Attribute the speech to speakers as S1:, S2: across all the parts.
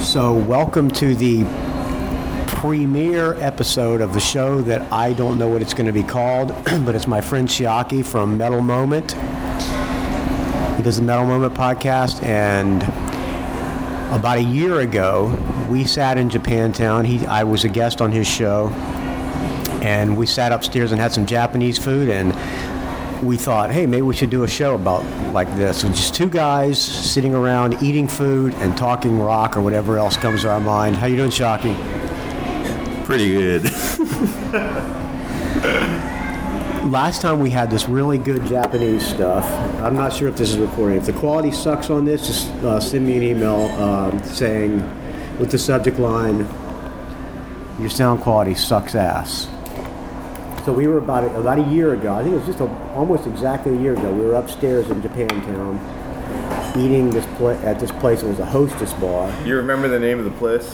S1: So, welcome to the premiere episode of the show that I don't know what it's going to be called, but it's my friend Shiaki from Metal Moment. He does the Metal Moment podcast, and about a year ago, we sat in Japantown. He, I was a guest on his show, and we sat upstairs and had some Japanese food and we thought, hey, maybe we should do a show about like this. So just two guys sitting around eating food and talking rock or whatever else comes to our mind. How you doing, Shocky?
S2: Pretty good.
S1: Last time we had this really good Japanese stuff. I'm not sure if this is recording. If the quality sucks on this, just uh, send me an email um, saying with the subject line, your sound quality sucks ass. So we were about a, about a year ago. I think it was just a, almost exactly a year ago. We were upstairs in Japantown eating this pla- at this place. It was a hostess bar.
S2: you remember the name of the place?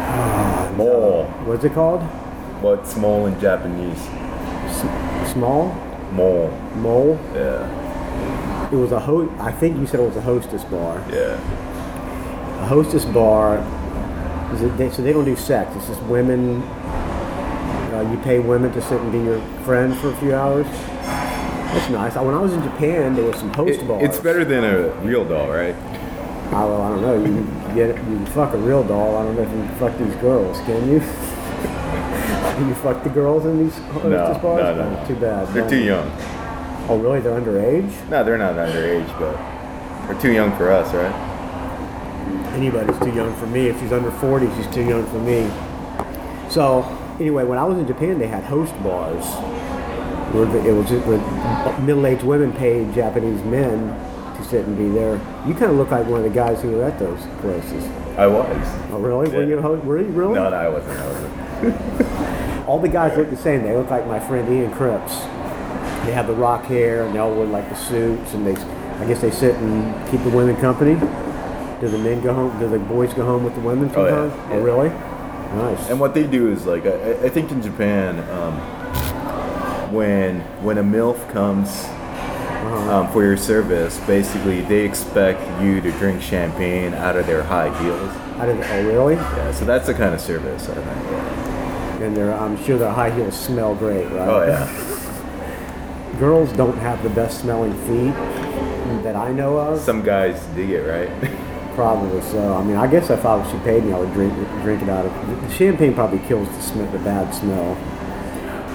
S2: Ah, Mole.
S1: What's it called?
S2: What's mole in Japanese?
S1: S- small
S2: Mole.
S1: mole.
S2: Yeah.
S1: It was a ho. I think you said it was a hostess bar.
S2: Yeah.
S1: A hostess bar. Is it, they, so they don't do sex. It's just women. Uh, you pay women to sit and be your friend for a few hours. That's nice. Uh, When I was in Japan, there were some host bars.
S2: it's better than a real doll, right?
S1: I, well, I don't know. You can get you can fuck a real doll. I don't know if you can fuck these girls. Can you? can you fuck the girls in these hostess bars?
S2: no, no,
S1: Oh,
S2: no.
S1: Too bad.
S2: They're
S1: No.
S2: too young.
S1: Oh, really? They're underage.
S2: No, they're not underage, but they're too young for us, right?
S1: anybody's too young for me. If she's under 40, she's too young for me. So, anyway, when I was in Japan, they had host bars where the- it was just where middle-aged women paid Japanese men to sit and be there. You kind of look like one of the guys who were at those places.
S2: I was.
S1: Oh, really? Were
S2: Yeah.
S1: you a host? Were you really?
S2: No, no, I wasn't. I wasn't.
S1: All the guys look the same. They look like my friend Ian Cripps. They have the rock hair, and they all wear like the suits, and they, I guess they sit and keep the women company. Do the men go home? Do the boys go home with the women
S2: Oh, yeah.
S1: sometimes?
S2: Yeah.
S1: really? Nice.
S2: And what they do is like I, I- I think in Japan, um, when when a milf comes um, for your service, basically they expect you to drink champagne out of their high heels.
S1: I didn't. Oh, really?
S2: Yeah, so that's the kind of service I think.
S1: And they're, I'm sure their high heels smell great, right?
S2: Oh yeah.
S1: Girls don't have the best smelling feet that I know of.
S2: Some guys dig it, right?
S1: Probably so. I mean, I guess if I was she paid me, I would drink drink it out of. The champagne probably kills the smell, the bad smell,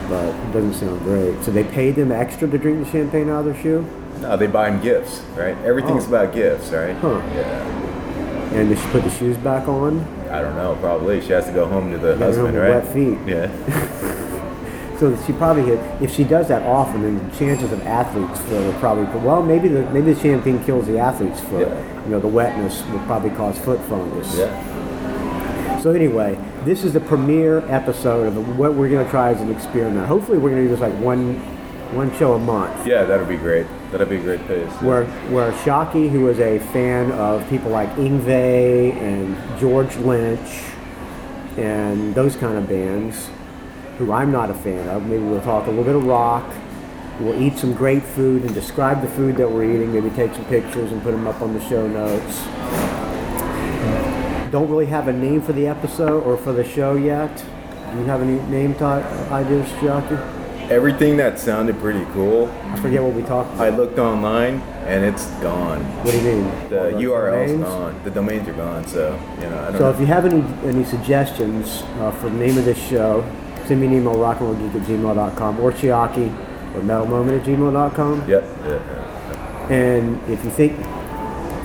S1: but it doesn't sound great. So they paid them extra to drink the champagne out of their shoe,
S2: no, they buy them gifts, right? Everything's
S1: Oh.
S2: about gifts, right?
S1: Huh.
S2: Yeah.
S1: and they should put the shoes back on.
S2: I don't know. Probably she has to go home to the
S1: gotta go
S2: husband,
S1: home with
S2: right?
S1: wet feet.
S2: Yeah.
S1: So that she probably hit. If she does that often, then the chances of athletes foot will probably. Well, maybe the maybe the champagne kills the athlete's foot.
S2: Yeah.
S1: You know, the wetness will probably cause foot fungus.
S2: yeah.
S1: So anyway, this is the premiere episode of the, what we're going to try as an experiment. Hopefully, we're going to do this like one one show a month.
S2: Yeah, that'll be great. That'll be a great place.
S1: Where where Shockey, who is a fan of people like Ingve and George Lynch and those kind of bands, who I'm not a fan of, maybe we'll talk a little bit of rock. We'll eat some great food and describe the food that we're eating. Maybe take some pictures and put them up on the show notes. Don't really have a name for the episode or for the show yet. Do you have any name ti- ideas, Shockey?
S2: Everything that sounded pretty cool,
S1: I forget what we talked about.
S2: I looked online and it's gone.
S1: What do you mean?
S2: The
S1: All
S2: URL's
S1: names?
S2: gone. The domains are gone. So you know, I don't
S1: Oh, So
S2: know.
S1: if you have any any suggestions uh, for the name of this show, send me an email, rockandrollgeek at gmail.com or Chiaki or metalmoment at gmail.com.
S2: Yep. Yeah, yeah.
S1: And if you think,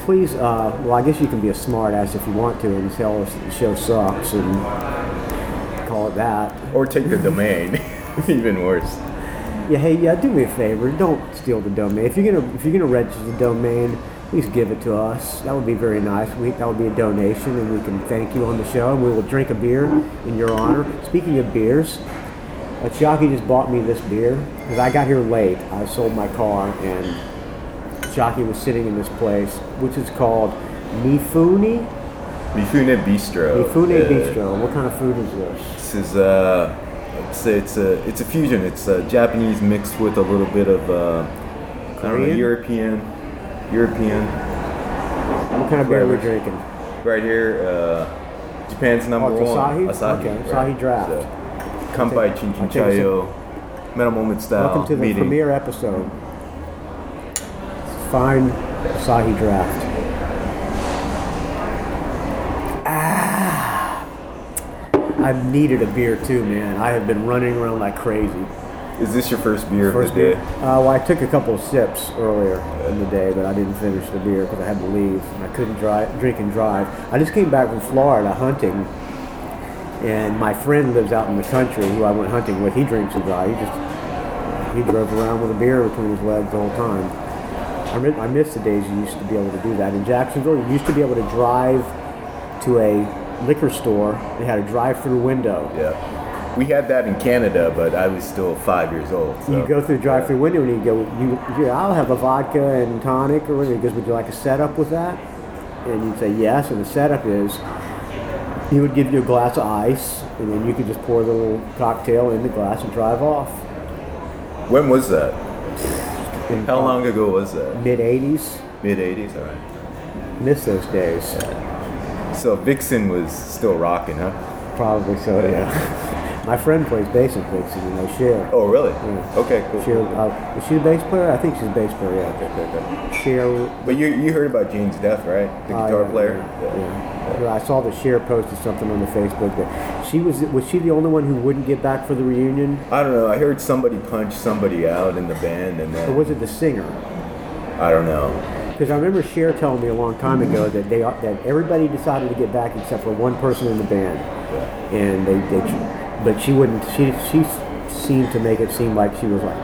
S1: please, uh, well, I guess you can be a smart ass if you want to and tell us that the show sucks and call it that.
S2: Or take the domain. Even worse.
S1: Yeah, hey, yeah, do me a favor. Don't steal the domain. If you're gonna if you're gonna register the domain, please give it to us. That would be very nice. We, that would be a donation, and we can thank you on the show. And we will drink a beer in your honor. Speaking of beers, uh, Shockey just bought me this beer because I got here late. I sold my car, and Shockey was sitting in this place, which is called Mifune
S2: Mifune Bistro.
S1: Mifune
S2: Yeah.
S1: Bistro. What kind of food is this?
S2: This is uh, it's it's a it's a fusion. It's uh, Japanese mixed with a little bit of uh, I don't know
S1: Korean?
S2: European, European.
S1: What kind of beer are we
S2: Flavors.
S1: drinking?
S2: right here, uh, Japan's number
S1: Oh,
S2: one.
S1: it's Asahi? Okay, Asahi Draft.
S2: So, come by
S1: Okay,
S2: Chin Chin
S1: okay, so-
S2: Chayo, Metal Moment Style
S1: Welcome to the
S2: meeting.
S1: premiere episode. Fine Asahi Draft. Ah, I've needed a beer too, man. I have been running around like crazy.
S2: Is this your first beer
S1: First
S2: of the
S1: beer?
S2: day?
S1: Uh, well, I took a couple of sips earlier in the day, but I didn't finish the beer because I had to leave. And I couldn't drive, drink and drive. I just came back from Florida hunting, and my friend lives out in the country who I went hunting with. He drinks and drives. He just he drove around with a beer between his legs the whole time. I miss, I miss the days you used to be able to do that in Jacksonville. You used to be able to drive to a liquor store. They had a drive-through window.
S2: Yeah. We had that in Canada, but I was still five years old. So.
S1: You go through the drive-through window and you go, you, you, I'll have a vodka and tonic or whatever. He goes, would you like a setup with that? And you'd say yes. And the setup is, he would give you a glass of ice, and then you could just pour the little cocktail in the glass and drive off.
S2: When was that?
S1: In
S2: How long ago was that?
S1: Mid '80s.
S2: Mid 80s? All right.
S1: Miss those days.
S2: So Vixen was still rocking, huh?
S1: Probably so. Yeah. My friend plays bass in Vixen, and they share.
S2: Oh, really? Okay, cool.
S1: Share. Uh, is she a bass player? I think she's a bass player.
S2: Okay,
S1: Yeah.
S2: okay, okay.
S1: Share
S2: But you, you heard about Jane's death, right? The
S1: Oh,
S2: guitar
S1: yeah,
S2: player?
S1: Yeah, yeah. Yeah, I saw the Cher posted something on the Facebook that she was was she the only one who wouldn't get back for the reunion,
S2: I don't know. I heard somebody punch somebody out in the band, and
S1: or
S2: then
S1: was it the singer?
S2: I don't know.
S1: Because I remember Cher telling me a long time ago that they that everybody decided to get back except for one person in the band, and they, they but she wouldn't. She she seemed to make it seem like she was like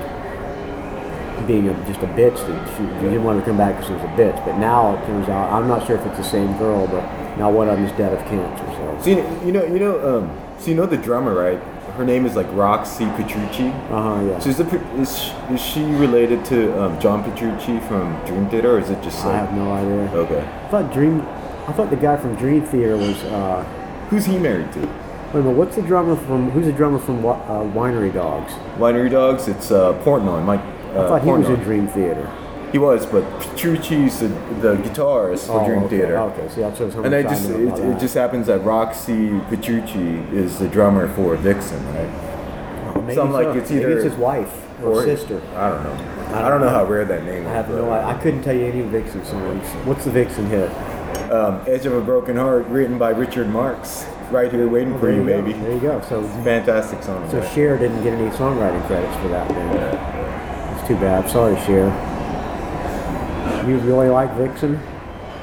S1: being a, just a bitch that she, she didn't want to come back because she was a bitch. But now it turns out I'm not sure if it's the same girl, but now one of them is dead of cancer. So.
S2: So you, you know, you know, um, so you know the drummer, right? Her name is like Roxy Petrucci.
S1: Uh huh. Yeah.
S2: So is, the, is, she, is she related to um, John Petrucci from Dream Theater, or is it just
S1: I
S2: like
S1: have no idea.
S2: okay?
S1: I thought Dream. I thought the guy from Dream Theater was. Uh,
S2: Who's he married to?
S1: wait a minute. What's the drummer from? Who's the drummer from Wi- uh, Winery Dogs?
S2: Winery Dogs. It's uh, Portnoy, Mike. Uh,
S1: I thought he was in
S2: Portnoy.
S1: Dream Theater.
S2: He was, but Petrucci's the, the guitarist for Oh, Dream
S1: Oh, okay.
S2: Theater.
S1: Okay, see, that's what I was
S2: And I
S1: trying
S2: just
S1: to
S2: it,
S1: know about
S2: it
S1: that.
S2: just happens that Roxy Petrucci is the drummer for Vixen, right?
S1: Maybe
S2: some, like,
S1: so.
S2: it's
S1: Maybe
S2: either-
S1: it's his wife or, sister.
S2: I don't know. I don't know how rare that name is.
S1: I have
S2: but-
S1: no. I, I couldn't tell you any Vixen songs. What's the Vixen hit?
S2: Um, Edge of a Broken Heart, written by Richard Marx. Right here waiting for
S1: There
S2: you,
S1: go.
S2: baby.
S1: There you go. So,
S2: Fantastic song.
S1: so
S2: right?
S1: Cher didn't get any songwriting credits for that. Man. It's too bad. Sorry, Cher. You really like Vixen?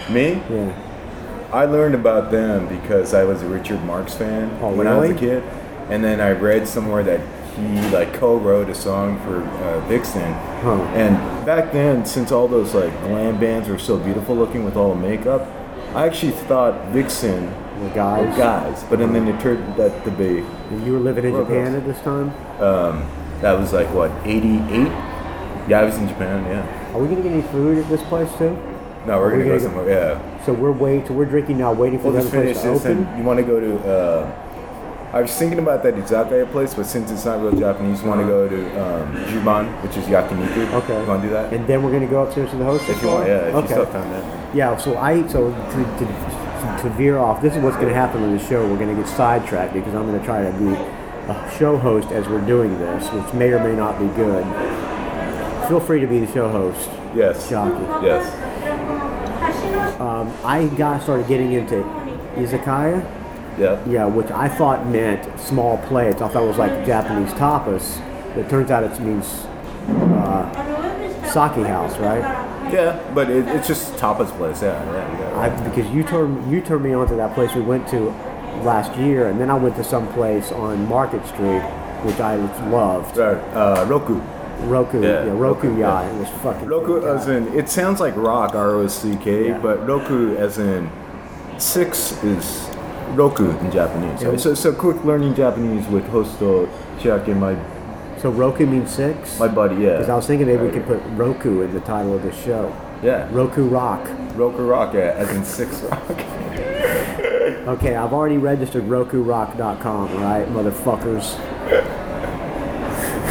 S2: Me?
S1: Yeah.
S2: I learned about them because I was a Richard Marx fan
S1: Oh,
S2: when I was a
S1: really?
S2: kid. And then I read somewhere that he like co-wrote a song for uh, Vixen.
S1: Huh.
S2: And back then, since all those like glam bands were so beautiful looking with all the makeup, I actually thought Vixen
S1: Were
S2: were
S1: guys?
S2: guys. But and then it turned out to be
S1: And You were living in
S2: Well,
S1: Japan
S2: that's-
S1: at this time?
S2: that was like what 88? Yeah, I was in Japan. Yeah.
S1: Are we gonna get any food at this place too?
S2: No,
S1: Are
S2: we're
S1: we
S2: gonna go
S1: gonna go-
S2: somewhere. Yeah.
S1: So we're wait, so we're drinking now, waiting for
S2: We'll
S1: the
S2: just
S1: other
S2: finish
S1: place to
S2: this,
S1: open.
S2: and you want to go to. Uh, I was thinking about that izakaya place, but since it's not real Japanese, you want to go to um, Juban, which is yakiniku.
S1: Okay.
S2: You want to do that?
S1: And then we're gonna go upstairs to the hostess.
S2: if you want,
S1: bar?
S2: yeah. If you
S1: okay.
S2: still found that.
S1: Yeah. So I so to, to, to veer off. This is what's gonna happen on the show. We're gonna get sidetracked because I'm gonna try to be a show host as we're doing this, which may or may not be good. Feel free to be the show host,
S2: Yes.
S1: Jockey.
S2: Yes.
S1: Um, I got started getting into izakaya.
S2: Yeah.
S1: Yeah, which I thought meant small plates. I thought it was like Japanese tapas. It turns out it means
S3: Sake house, right?
S2: Yeah, but it, it's just tapas place. Yeah. Yeah. yeah.
S1: I, because you turned you turned me on to that place we went to last year, and then I went to some place on Market Street, which I loved.
S2: Right, uh, Roku.
S1: Roku,
S2: Yeah,
S1: yeah, Roku
S2: Roku,
S1: Yai.
S2: yeah.
S1: It was fucking.
S2: Roku uh, as in it sounds like rock R O C K,
S1: Yeah.
S2: but Roku as in six is Roku in Japanese. So, so, so quick learning Japanese with Hosto Chiake, my
S1: so Roku means six.
S2: my buddy. Yeah.
S1: Because I was thinking maybe we could put Roku in the title of the show.
S2: Yeah.
S1: Roku Rock.
S2: Roku Rock, yeah, as in six rock.
S1: Okay, I've already registered RokuRock.com, right, motherfuckers?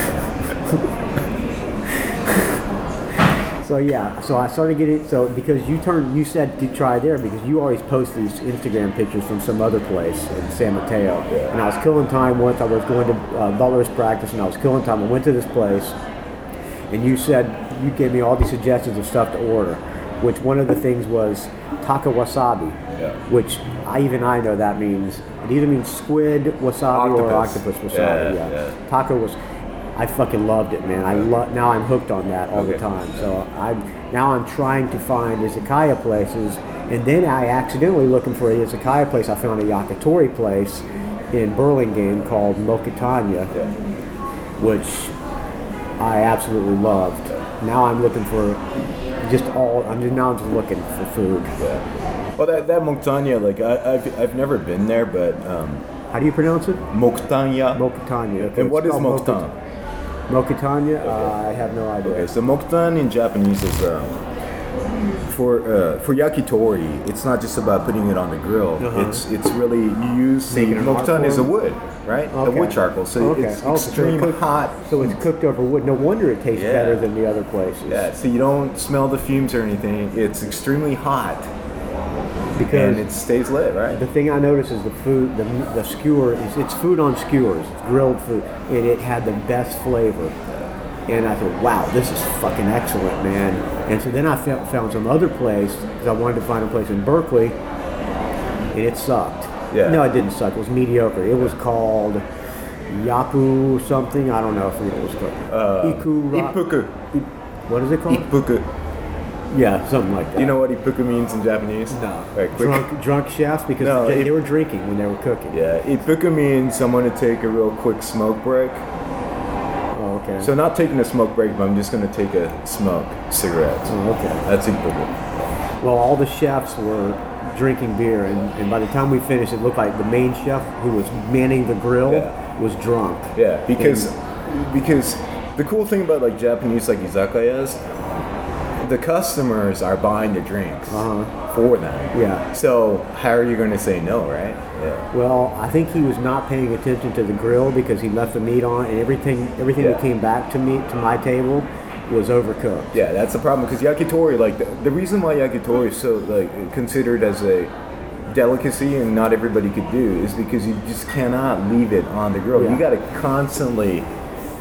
S1: So yeah, so I started getting so because you turned you said to try there because you always post these Instagram pictures from some other place in San Mateo, and I was killing time once. I was going to uh, Butler's practice, and I was killing time. I went to this place, and you said you gave me all these suggestions of stuff to order, which one of the things was taka wasabi,
S2: Yeah.
S1: which I even I know that means it either means squid wasabi or octopus
S2: Octopus.
S1: wasabi.
S2: Yeah,
S1: Yeah,
S2: yeah.
S1: taco was. I fucking loved it, man. I love now. I'm hooked on that all the
S2: Okay.
S1: time. So I'm now I'm trying to find izakaya places, and then I accidentally looking for an izakaya place. I found a yakitori place in Burlingame called Mokitanya, which I absolutely loved. Now I'm looking for just all. I'm just now I'm just looking for food.
S2: Well, that, that Montagna, like I, I've, I've never been there, but um,
S1: How do you pronounce it?
S2: Montagna.
S1: Mokitanya. Okay,
S2: and
S1: it's
S2: what is
S1: called
S2: Moktan?
S1: Mokitanya. Uh, I have no idea.
S2: Okay, so moktan in Japanese is um, for uh, for yakitori. It's not just about putting it on the grill. It's it's really you use the
S1: Uh-huh. Making an art
S2: moktan is a
S1: form?
S2: wood, right? A
S1: Okay.
S2: wood charcoal. So
S1: Okay.
S2: it's
S1: Oh, so
S2: extreme
S1: it's cooked-
S2: hot.
S1: So it's cooked over wood. No wonder it tastes
S2: Yeah.
S1: better than the other places.
S2: Yeah, so you don't smell the fumes or anything. It's extremely hot
S1: Because
S2: and it stays lit, right?
S1: the thing I noticed is the food, the, the skewer is it's food on skewers, it's grilled food, and it had the best flavor. And I thought, wow, this is fucking excellent, man. And so then I fou- found some other place because I wanted to find a place in Berkeley, and it sucked.
S2: Yeah.
S1: No, it didn't suck. It was mediocre. It was called Yapu something. I don't know if it was called
S2: Uh,
S1: Iku. Ra-
S2: Ipuku.
S1: What is it called?
S2: Ipuku.
S1: Yeah, something like that.
S2: You know what ipuku means in Japanese?
S1: No.
S2: All right, quick.
S1: drunk, drunk chefs because
S2: No,
S1: they,
S2: it-
S1: they were drinking when they were cooking.
S2: Yeah, ipuku means someone to take a real quick smoke break.
S1: Oh, okay.
S2: So not taking a smoke break, but I'm just gonna take a smoke cigarette.
S1: Oh, okay.
S2: That's incredible.
S1: Well, all the chefs were drinking beer, and, and by the time we finished, it looked like the main chef who was manning the grill
S2: Yeah.
S1: was drunk.
S2: Yeah, because because the cool thing about like Japanese like izakayas, the customers are buying the drinks for them.
S1: Uh-huh. Yeah.
S2: So how are you gonna say no, right? Yeah.
S1: Well, I think he was not paying attention to the grill because he left the meat on, and everything everything
S2: Yeah.
S1: that came back to me to my table was overcooked.
S2: Yeah, that's the problem because yakitori, like the, the reason why yakitori is so like considered as a delicacy and not everybody could do is because you just cannot leave it on the grill.
S1: Yeah.
S2: You got to constantly,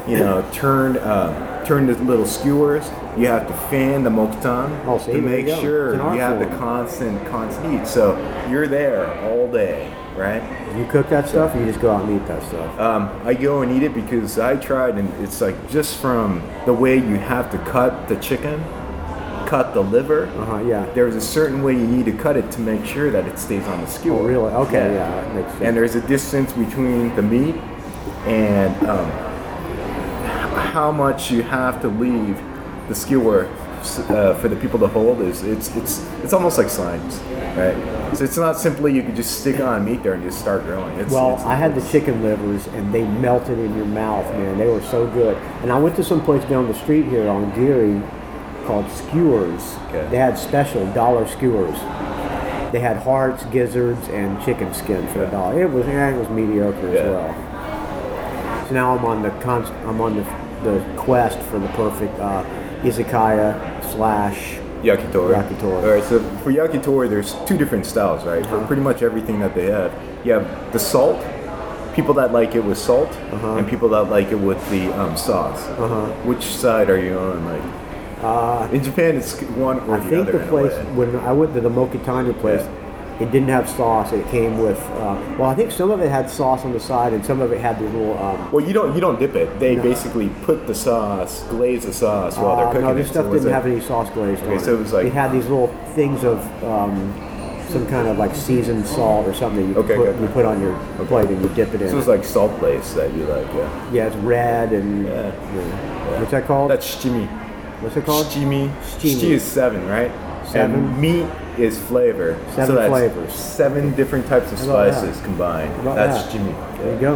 S2: you know, turn uh, turn the little skewers. You have to fan the moktan
S1: Oh, see,
S2: to
S1: there you
S2: make
S1: go.
S2: sure
S1: It's an art
S2: you have the
S1: form.
S2: constant constant heat. So you're there all day, right?
S1: You cook that stuff, you just go out and eat that stuff.
S2: Um, I go and eat it because I tried, and it's like just from the way you have to cut the chicken, cut the liver.
S1: Uh huh. Yeah.
S2: There's a certain way you need to cut it to make sure that it stays on the skewer.
S1: Oh, really? Okay. Yeah. that makes sense.
S2: And there's a distance between the meat and um, how much you have to leave the skewer uh, for the people to hold. Is it's it's it's almost like science, right? So it's not simply you can just stick on meat there and just start grilling. It's,
S1: Well,
S2: it's,
S1: I had the chicken livers and they melted in your mouth, man. They were so good. And I went to some place down the street here on Geary called Skewers.
S2: Okay.
S1: They had special dollar skewers. They had hearts, gizzards, and chicken skin for a dollar. It was eh, it was mediocre as
S2: Yeah.
S1: well. So now I'm on the con- I'm on the, the quest for the perfect uh, izakaya slash
S2: Yakitori.
S1: Yakitori. Uh-huh.
S2: All right, so for yakitori, there's two different styles, right? For pretty much everything that they have, you have the salt, people that like it with salt,
S1: Uh-huh.
S2: and people that like it with the um, sauce. Which side are you on? Like, in Japan, it's one or
S1: Uh, I
S2: the
S1: think
S2: other.
S1: the
S2: in a
S1: place
S2: way.
S1: when I went to the Mokitanya place, it didn't have sauce. It came with uh, well, I think some of it had sauce on the side, and some of it had the little. Um,
S2: Well, you don't you don't dip it. They basically put the sauce, glaze the sauce while they're
S1: uh,
S2: cooking
S1: no, this
S2: it.
S1: stuff
S2: So it's
S1: didn't
S2: a-
S1: have any sauce glazed on it.
S2: so it was like-
S1: it had these little things of um, some kind of like seasoned salt or something you
S2: Okay,
S1: put
S2: okay.
S1: you put on your plate and you dip it in.
S2: This was like salt glaze that you like. Yeah,
S1: yeah, it's red and
S2: Yeah.
S1: what's that called?
S2: that's shimi.
S1: what's it called?
S2: Steamy.
S1: Steamy.
S2: Steamy is seven, right?
S1: Seven.
S2: And meat is flavor.
S1: Seven
S2: that's
S1: flavors.
S2: Seven different types of
S1: about that?
S2: spices combined.
S1: about
S2: That's
S1: that?
S2: Jimmy.
S1: There you go.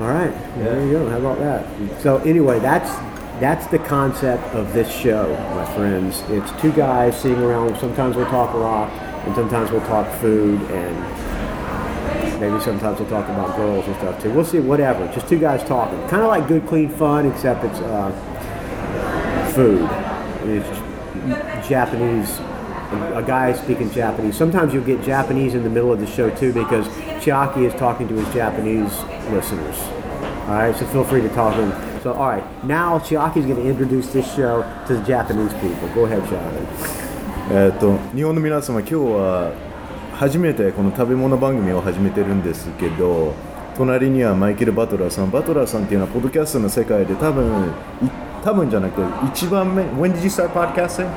S1: All right, there you go. How about that? So anyway, that's that's the concept of this show, my friends. It's two guys sitting around. Sometimes we'll talk rock, and sometimes we'll talk food, and maybe sometimes we'll talk about girls and stuff um, too. We'll see, whatever. Just two guys talking, kind of like good, clean fun, except it's uh, food. It's Japanese, a guy speaking Japanese. Sometimes you'll get Japanese in the middle of the show too because Chiaki is talking to his Japanese listeners. All right, so feel free to talk to him. So, all right, now Chiaki's going to introduce this show to the Japanese people. Go ahead, Chiaki.
S2: えー、と日本の皆様今日は初めてこの食べ物番組を始めてるんですけど隣にはマイケル・バトラーさんバトラーさんっていうのはポッドキャストの世界で多分い多分じゃなくて一番目 When did you start podcasting?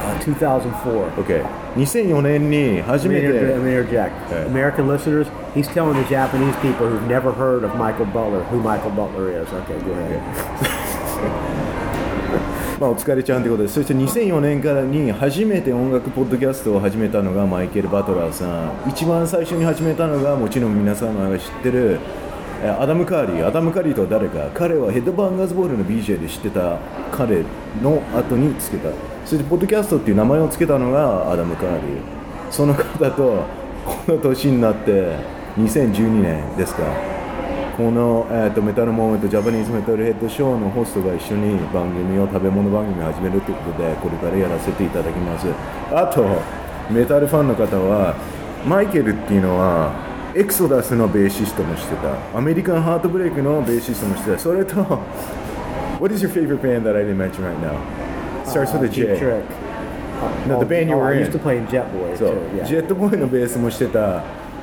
S1: Uh, 2004.
S2: Okay 2004年に初
S1: Let
S2: め
S1: me inter- let
S2: て
S1: me interject.
S2: Okay.
S1: American listeners, he's telling the Japanese people who've never heard of Michael Butler who Michael Butler is. Okay, go ahead.
S2: まあ、お疲れちゃんということでそして2004年からに初めて音楽ポッドキャストを始めたのがマイケル・バトラーさん一番最初に始めたのがもちろん皆様が知ってるえアダム・カーリーアダム・カーリーとは誰か彼はヘッドバンガーズボールの BJ で知ってた彼の後につけたそしてポッドキャストっていう名前をつけたのがアダム・カーリーその方とこの年になって2012年ですかこの、えー、とメタルモーメントジャパニーズメタルヘッドショーのホストが一緒に番組を食べ物番組を始めるということでこれからやらせていただきますあとメタルファンの方はマイケルっていうのはエクソダスのベーシストもしてたアメリカンハートブレイクのベーシストもしてたそれと What is your favorite band that I didn't mention right now? Starts with a J
S1: Cheap Trick.
S2: No, the band you
S1: oh,
S2: were
S1: I
S2: in.
S1: used to play in Jet Boys
S2: そう
S1: too. Yeah.
S2: ジェットボーイのベースもしてた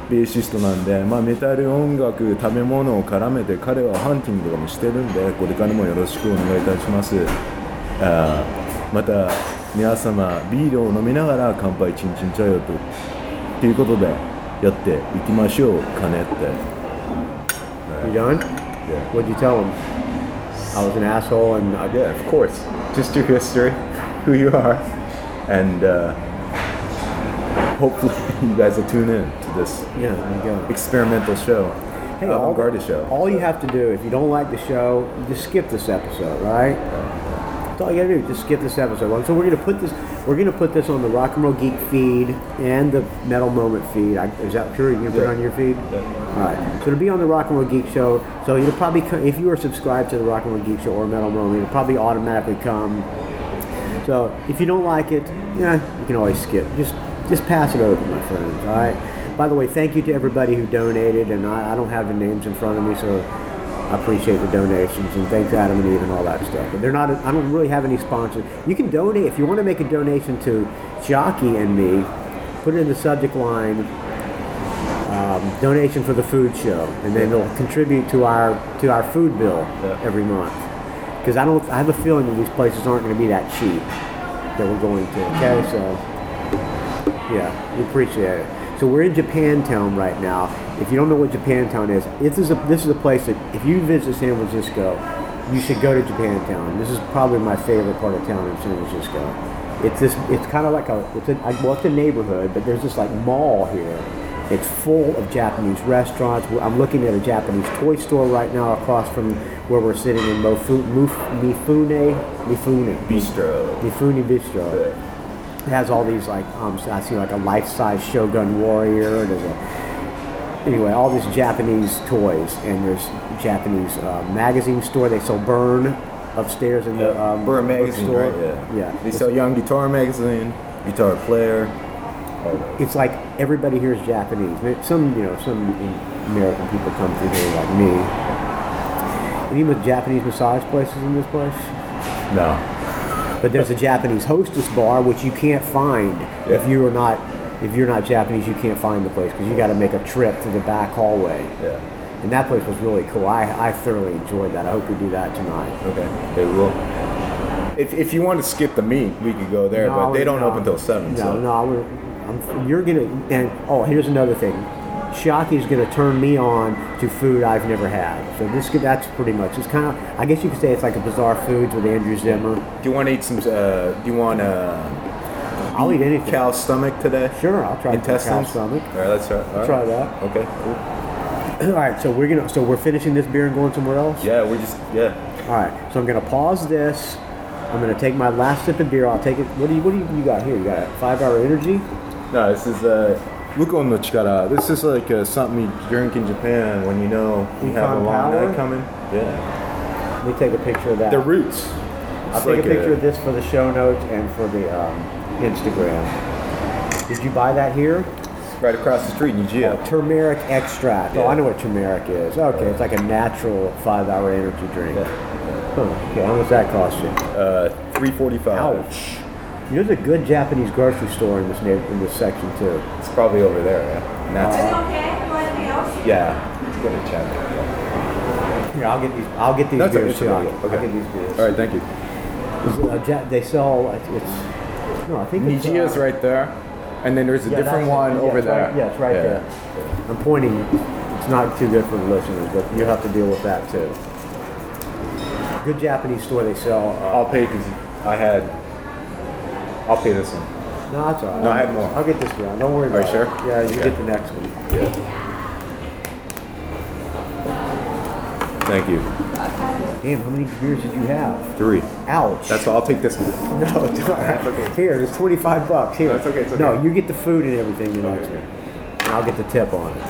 S2: ベーシストなんで、まあ、メタル音楽食べ物を絡めて彼はハンティングとかもしてるんでこれからもよろしくお願いいたしますあーまた皆様ビールを飲みながら乾杯チンチンチャヨとっていうことでやっていきましょうかねって
S1: You done?
S2: Yeah.
S1: What'd you tell him? I was an asshole and I
S2: Yeah, of course. Just your history, who you are, and uh, hopefully you guys will tune in to this
S1: Yeah, there you go.
S2: experimental show.
S1: Hey, all,
S2: avant-garde show.
S1: all you have to do if you don't like the show, just skip this episode, right? That's all you gotta do. Just skip this episode. So we're gonna put this, we're gonna put this on the Rock and Roll Geek feed and the Metal Moment feed. I, is that true? You can put it
S2: Yeah.
S1: on your feed. All right. So it'll be on the Rock and Roll Geek show. So you'll probably, co- if you are subscribed to the Rock and Roll Geek show or Metal Moment, it'll probably automatically come. So if you don't like it, yeah, you can always skip. Just just pass it over, my friends. All right. By the way, thank you to everybody who donated, and I, I don't have the names in front of me, so I appreciate the donations and thanks Adam and Eve and all that stuff. But they're not. I don't really have any sponsors. You can donate if you want to make a donation to Jockey and me. Put it in the subject line donation for the food show, and then it'll contribute to our to our food bill
S2: Yeah.
S1: every month. Because I don't, I have a feeling that these places aren't going to be that cheap that we're going to. Okay, so yeah, we appreciate it. So we're in Japantown right now. If you don't know what Japantown is, this is a this is a place that if you visit San Francisco, you should go to Japantown. This is probably my favorite part of town in San Francisco. It's this. It's kind of like a. It's a. Well, it's a neighborhood, but there's this like mall here. It's full of Japanese restaurants. We're- I'm looking at a Japanese toy store right now across from where we're sitting in Mofu, Muf, Mifune, Mifune,
S2: Bistro.
S1: Mifune Bistro. It has all these like um, so I see like a life-size Shogun warrior. There's a anyway all these Japanese toys and there's Japanese uh, magazine store. They sell Burn upstairs in the um,
S2: Burn magazine,
S1: bookstore.
S2: right? Yeah.
S1: yeah.
S2: They sell Young Guitar magazine, Guitar Player.
S1: it's like everybody here is Japanese. Ma- Some, you know, some American people come through here like me. Any with Japanese massage places in this place?
S2: No.
S1: But there's a Japanese hostess bar which you can't find if
S2: Yeah.
S1: you are not if you're not Japanese. You can't find the place because you got to make a trip to the back hallway.
S2: Yeah.
S1: And that place was really cool. I, I thoroughly enjoyed that. I hope we do that tonight.
S2: Okay. They will. If, if you want to skip the meet, we could go there, but
S1: No,
S2: they don't
S1: no.
S2: open till seven.
S1: No,
S2: so.
S1: no, I would, I'm, you're gonna. And oh, here's another thing. Shaki's gonna turn me on to food I've never had. So this could, that's pretty much. It's kind of. I guess you could say it's like a bizarre foods with Andrew Zimmer.
S2: Do you want to eat some? Uh, do you want uh,
S1: I'll eat anything.
S2: cow stomach today?
S1: Sure, I'll try cow
S2: Intestines.
S1: stomach.
S2: All right, let's try. all right.
S1: Try that.
S2: Okay. Cool.
S1: All right, so we're gonna. So we're finishing this beer and going somewhere else.
S2: Yeah, we just yeah.
S1: All right, so I'm gonna pause this. I'm gonna take my last sip of beer. I'll take it. What do you? What do you, you got here? You got a five hour energy.
S2: No, this is uh, Lukon no Chikara. This is like uh, something you drink in Japan when you know you have a
S1: Yukon
S2: long
S1: Power?
S2: night coming. Yeah.
S1: Let me take a picture of that.
S2: The roots.
S1: I'll take a
S2: uh,
S1: picture of this for the show notes and for the um, Instagram. Did you buy that here?
S2: right across the street in Eugene.
S1: Oh, turmeric extract. Oh, I
S2: Yeah.
S1: know what turmeric is. Okay, it's like a natural five-hour energy drink. Huh, okay, how much that cost you?
S2: Uh, 345.
S1: Ouch. There's a good Japanese grocery store in this neigh- in this section too.
S2: It's probably over there. Yeah. And that's-
S4: okay? You want anything else?
S2: yeah. Let's go to check.
S1: Here, I'll get these. I'll get these
S2: That's okay,
S1: beers
S2: it's
S1: too.
S2: okay,
S1: I'll,
S2: okay.
S1: I'll get these beers.
S2: All right. Thank you.
S1: Is it, uh, Ja- they sell. It's, it's no, I think it's,
S2: Nijia's
S1: uh,
S2: right there, and then there's a
S1: yeah,
S2: different
S1: that's it.
S2: one
S1: Yeah,
S2: over
S1: it's
S2: there.
S1: Right, yeah, it's right
S2: Yeah.
S1: there. I'm pointing. It's not too good for the listeners, but you have to deal with that too. Good Japanese store. They sell. Uh,
S2: I'll pay because I had. I'll pay this one.
S1: no, that's all right.
S2: No, I had more.
S1: I'll get this one. Don't worry
S2: Are you
S1: about it.
S2: sure?
S1: Yeah, you
S2: Okay.
S1: get the next one.
S2: Thank you.
S1: Damn, how many beers did you have?
S2: Three.
S1: Ouch.
S2: That's all. I'll take this one.
S1: No, don't. Here, it's twenty-five bucks. Here.
S2: That's okay, it's okay.
S1: No, you get the food and everything the next week. And I'll get the tip on it.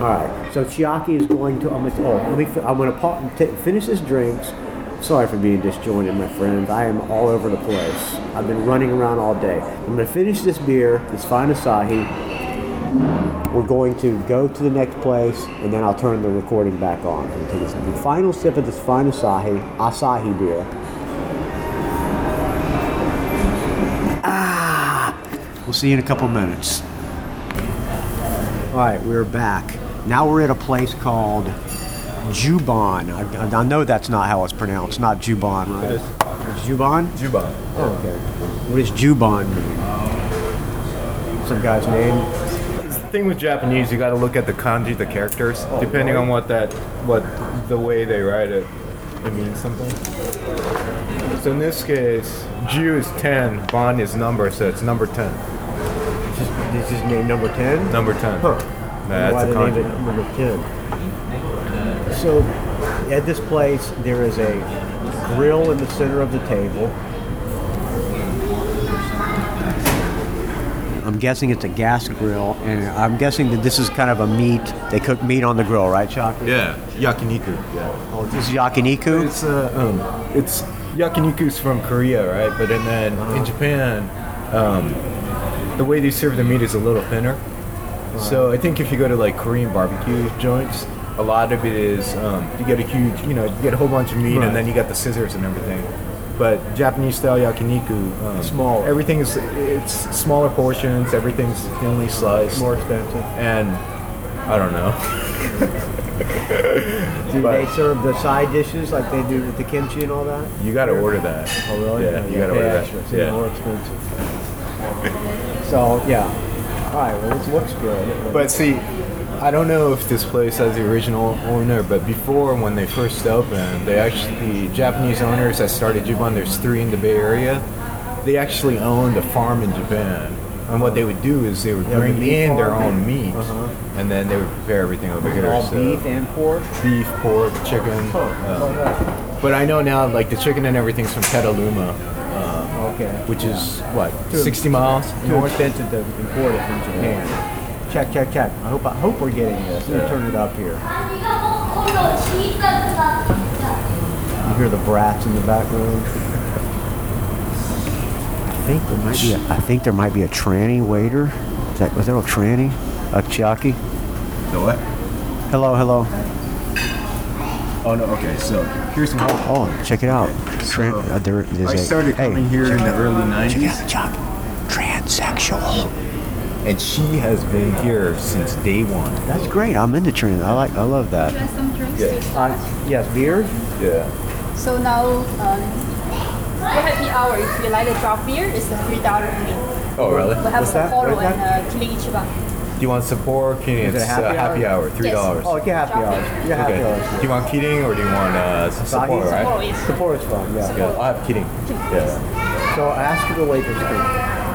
S1: All right. So Chiaki is going to. I'm gonna, oh, let me. fi- I'm gonna pa- t- finish his drinks. Sorry for being disjointed, my friends. I am all over the place. I've been running around all day. I'm gonna finish this beer, this fine Asahi. We're going to go to the next place, and then I'll turn the recording back on. And take this- the final sip of this fine Asahi, Asahi beer. We'll see you in a couple minutes. All right, we're back. Now we're at a place called Juban. I, I know that's not how it's pronounced. Not Juban, right?
S2: is.
S1: Juban?
S2: Juban.
S1: Oh, okay. What does Juban mean? Some guy's name.
S2: The thing with Japanese, you got to look at the kanji, the characters, depending on what that, what the way they write it, it means something. So in this case, Ju is ten, Bon is number, so it's number ten.
S1: Is his, is his name number ten?
S2: Number ten.
S1: Huh.
S2: That's
S1: Why
S2: a
S1: they named
S2: kanji.
S1: it number ten? So, at this place, there is a grill in the center of the table. I'm guessing it's a gas grill, and I'm guessing that this is kind of a meat. They cook meat on the grill, right, Chuck?
S2: Yeah, yakiniku. Yeah.
S1: Oh, this is yakiniku.
S2: It's uh, um, it's yakiniku's from Korea, right? But and then
S1: Uh-huh.
S2: in Japan, um, the way they serve the meat is a little thinner. So I think if you go to like Korean barbecue joints, a lot of it is um, you get a huge, you know, you get a whole bunch of meat,
S1: Right.
S2: and then you got the scissors and everything. But Japanese style yakiniku, um,
S1: Smaller.
S2: Everything is it's smaller portions. Everything's thinly sliced.
S1: expensive.
S2: and I don't know.
S1: Do
S2: But-
S1: they serve the side dishes like they do with the kimchi and all that?
S2: You gotta order that.
S1: Oh, really?
S2: Yeah, you gotta
S1: pay
S2: order
S1: extra. It's
S2: that.
S1: even
S2: Yeah.
S1: more expensive. so, yeah. All right, well, this looks good.
S2: But see, I don't know if this place has the original owner, but before when they first opened, they actually the Japanese owners that started Juban, there's three in the Bay Area. They actually owned a farm in Japan, and what they would do is they would
S1: Yeah, the
S2: bring
S1: meat
S2: in their
S1: farm.
S2: own meat,
S1: Uh-huh.
S2: and then they would prepare everything over here.
S1: all
S2: so
S1: beef and pork.
S2: beef, pork, chicken. uh, but I know now, like the chicken and everything's from Petaluma, uh,
S1: Okay.
S2: which is what
S1: Two-
S2: 60 miles
S1: Too expensive to import it from Japan. Check, check, check. I hope I hope we're getting this. Let me turn it up here. You hear the brats in the background. I think there might be. A, I think there might be a tranny waiter. Is that was there a tranny? A chiaki?
S2: The what?
S1: Hello, hello.
S2: Oh no. Okay, so here's what.
S1: Oh, check it out. Tran,
S2: So,
S1: uh, there, there's
S2: I
S1: a-
S2: started
S1: hey,
S2: coming here in the early
S1: Check it
S2: 90s,
S1: out, Chuck. Transsexual.
S2: and she has been here since day one.
S1: That's great. I'm into trans. I like. I love that.
S4: have some drinks?
S2: Yeah.
S1: Uh, yes, beer.
S2: Yeah.
S4: So now, um, for happy hour, if you like to drop beer, it's a three dollar drink.
S2: Oh, really?
S4: We have
S1: What's that?
S4: Sapporo
S1: What is
S4: and uh, Kirin Ichiban.
S2: Do you want Sapporo or Kirin?
S1: Is it a
S2: It's uh,
S1: happy hour?
S2: happy hour, $3.
S1: Oh, get happy hours. Get happy
S2: Okay.
S1: hours.
S2: Do you want Keating or do you want uh, Sapporo,
S1: Sahi?
S2: right?
S4: Sapporo is
S1: Support is fun. Yeah.
S2: Yeah, I'll have Keating. Yeah.
S1: So I asked for the waitress. to-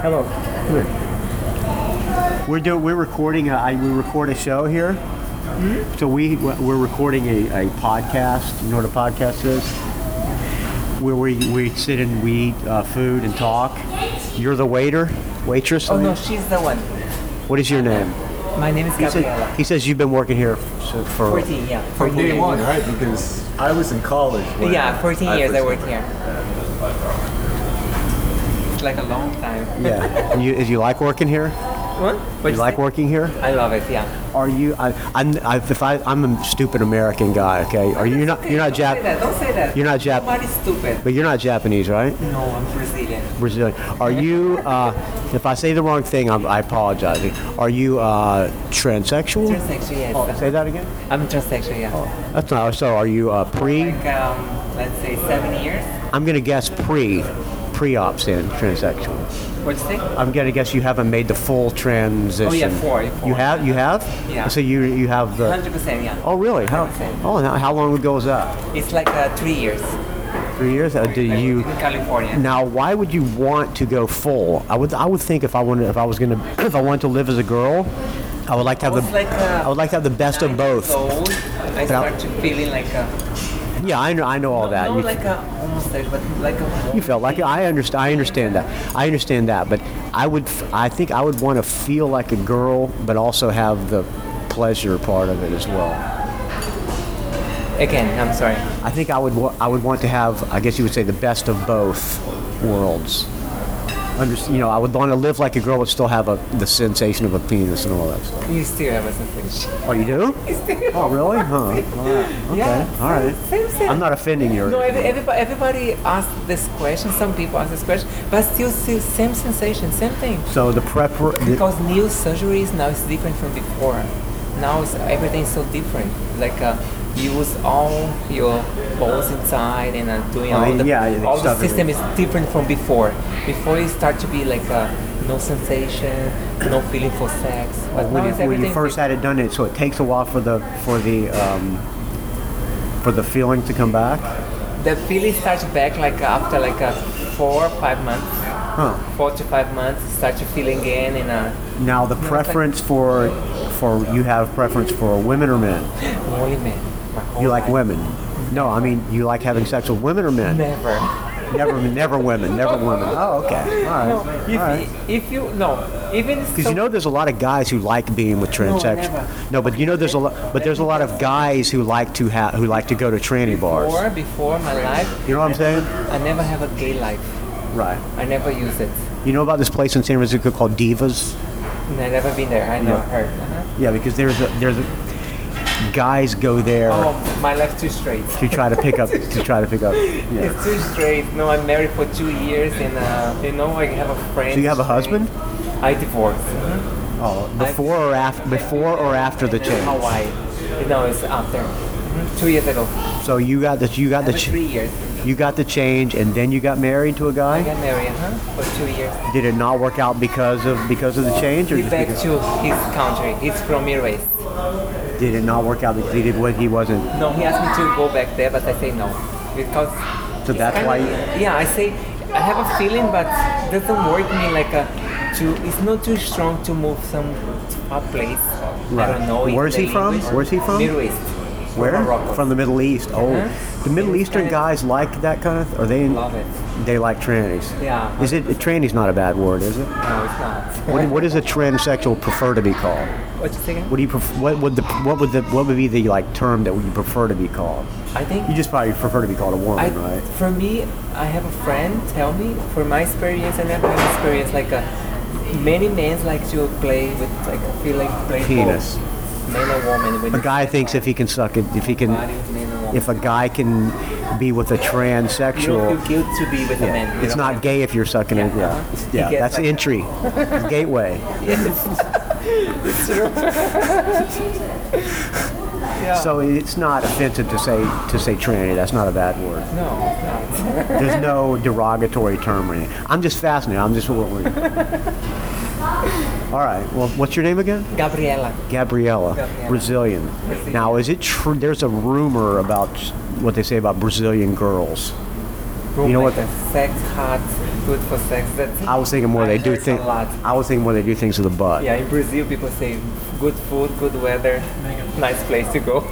S1: Hello. Come here. We're do, we're recording. A, I, we record a show here. So we we're recording a, a podcast. You know what a podcast is? Where we, we sit and we eat uh, food and talk. You're the waiter, waitress. I
S5: Oh
S1: mean.
S5: no, she's the one.
S1: What is your name?
S5: My name is
S1: He said-
S5: Gabriela.
S1: He says you've been working here so- for,
S5: 14, yeah.
S2: From
S5: 14
S2: day
S5: years.
S2: one, right? Because I was in college. When
S5: Yeah, 14 years I
S6: first
S5: worked here. It's like a long time.
S1: yeah. And you, if you like working here?
S5: What?
S1: You like working here?
S5: I love it, yeah.
S1: Are you, I, I'm, I, if I, I'm a stupid American guy, okay? Are you not, you're not
S5: Don't say
S1: Jap,
S5: that, don't say that.
S1: you're not Jap-
S5: Somebody's stupid.
S1: but you're not Japanese, right?
S5: No, I'm Brazilian.
S1: Brazilian. Are you, uh, if I say the wrong thing, I'm, I apologize. Are you uh, transsexual?
S5: Transsexual, yes.
S1: Oh, say Oh. that again?
S5: I'm transsexual, yeah.
S1: That's not, so are you uh, pre?
S5: Like, um, let's say seven years.
S1: I'm going to guess pre, pre-ops in transsexual.
S5: What'd you say?
S1: I'm going to guess you haven't made the full transition.
S5: Oh, four, four.
S1: You have? You have?
S5: Yeah.
S1: So you, you have the,
S5: 100%, yeah.
S1: oh, really? How,
S5: 100%.
S1: oh, now, how long ago was that?
S5: It's like uh, three years.
S1: Three years? Uh, did
S5: I
S1: you?
S5: lived in California.
S1: Now, why would you want to go full? I would, I would think if I wanted, if I was gonna, if I wanted to live as a girl, I would like to have
S5: was
S1: the,
S5: like, uh,
S1: I would like to have the best of
S5: Nine years
S1: both.
S5: Old, I started feeling like a
S1: Yeah, I know, I know all that.
S5: not
S1: You,
S5: like a homosexual, but like a
S1: you felt like I understand, I understand that, I understand that. But I would, f- I think I would want to feel like a girl, but also have the pleasure part of it as well.
S5: again. I'm sorry.
S1: I think I would, wa- I would want to have, I guess you would say, the best of both worlds. Under, you know, I would want to live like a girl, but still have a, the sensation of a penis and all that stuff.
S5: You still have a sensation.
S1: Oh, you do? Oh, really? Huh. All right. Okay.
S5: Yeah.
S1: All right.
S5: Same, same.
S1: I'm not offending you.
S5: No, every, everybody, everybody asks this question. Some people ask this question, but still, still same sensation, same thing.
S1: So the prep. The,
S5: Because new surgeries now is different from before. Now it's, everything's so different. Like uh, you use all your bones inside and uh, doing
S1: I
S5: all
S1: mean,
S5: the
S1: Oh, yeah, yeah,
S5: all the
S1: stuff is-
S5: system is different from before. Before you start to be like uh, no sensation, no feeling for sex. But
S1: Oh, when,
S5: now
S1: you,
S5: it's
S1: when
S5: everything.
S1: you first had it done, it so it takes a while for the for the um, for the feeling to come back.
S5: the feeling starts back like after like uh, four five months.
S1: Huh.
S5: Four to five months, start to feel again, and uh,
S1: Now the preference for for you have preference for women or men.
S5: only men. My whole
S1: You like
S5: life.
S1: women. No, I mean you like having sex with women or men.
S5: Never.
S1: Never, never women. Never women. Oh, okay. All
S5: No,
S1: right.
S5: if,
S1: All right.
S5: if you no, even
S1: Because you know, there's a lot of guys who like being with transsexual.
S5: never.
S1: No, but you know, there's a lot. But there's a lot of guys who like to have who like to go to tranny
S5: before
S1: bars.
S5: before my life,
S1: You know what I'm saying?
S5: I never have a gay life.
S1: Right.
S5: I never use it.
S1: You know about this place in San Francisco called Divas?
S5: And I never been there. I never heard. Uh-huh.
S1: Yeah, because there's a there's a, guys go there
S5: Oh, my life too straight.
S1: to try to pick up to try to pick up. Yeah.
S5: It's too straight. No, I'm married for two years, and uh, you know I have a friend.
S1: So you have a husband?
S5: I divorced. Mhm.
S1: Oh, before or after before or after the
S5: And in
S1: change?
S5: Hawaii. You know, it's after. Mhm. Two years ago.
S1: So you got the you got the
S5: Never three
S1: ch-
S5: years.
S1: you got the change, and then you got married to a
S5: I
S1: guy.
S5: got married, huh? For two years.
S1: Did it not work out because of because of the change, or
S5: He
S1: just
S5: back
S1: because,
S5: to his country. He's from Iraq.
S1: did it not work out because he did what he wasn't?
S5: No, he asked me to go back there, but I say no because.
S1: So
S5: it's
S1: that's
S5: kinda-
S1: why you-
S5: yeah, I say I have a feeling, but doesn't work me like a. To, it's not too strong to move some to a place.
S1: Right.
S5: I don't know. if
S1: Where's
S5: the
S1: he from?
S5: English-
S1: Where's he from?
S5: Middle East.
S1: Where?
S5: Morocco.
S1: From the Middle East. Oh,
S5: Uh-huh.
S1: the Middle
S5: It's
S1: Eastern
S5: kinda-
S1: guys like that kind of. Are they? In,
S5: Love it.
S1: They like trannies.
S5: Yeah.
S1: Is it tranny's not a bad word, is it?
S5: No, it's not.
S1: What, what does a transsexual prefer to be called?
S5: What you saying?
S1: What do you pref- What would the what would the what would be the like term that you prefer to be called?
S5: I think.
S1: You just probably prefer to be called a woman,
S5: I,
S1: right?
S5: for me, I have a friend tell me for my experience and never have experience like a many men like to play with like feel like play
S1: Penis.
S5: ball, man or woman. When
S1: A guy thinks if he can suck it, if he can,
S5: Body with men and women.
S1: if a guy can be with a
S5: you don't
S1: transsexual,
S5: feel guilt to be with a man. you
S1: it's
S5: know?
S1: not gay if you're sucking it. Yeah,
S5: uh-huh. He
S1: yeah,
S5: gets
S1: that's
S5: like-
S1: entry, gateway.
S5: Yeah.
S1: So it's not offensive to say to say tranny. That's not a bad word.
S5: no, no.
S1: There's no derogatory term or anything. I'm just fascinated. I'm just. All right. Well, what's your name again?
S5: Gabriela.
S1: Gabriela,
S5: Gabriela.
S1: Brazilian. Now, is it true? There's a rumor about what they say about Brazilian girls.
S5: Room
S1: know
S5: like
S1: what
S5: a sex hot, good for sex. That's
S1: I was thinking more
S5: I
S1: they do
S5: heard
S1: things.
S5: a lot.
S1: I was thinking more they do things with the butt.
S5: Yeah, in Brazil people say good food, good weather, nice place to go.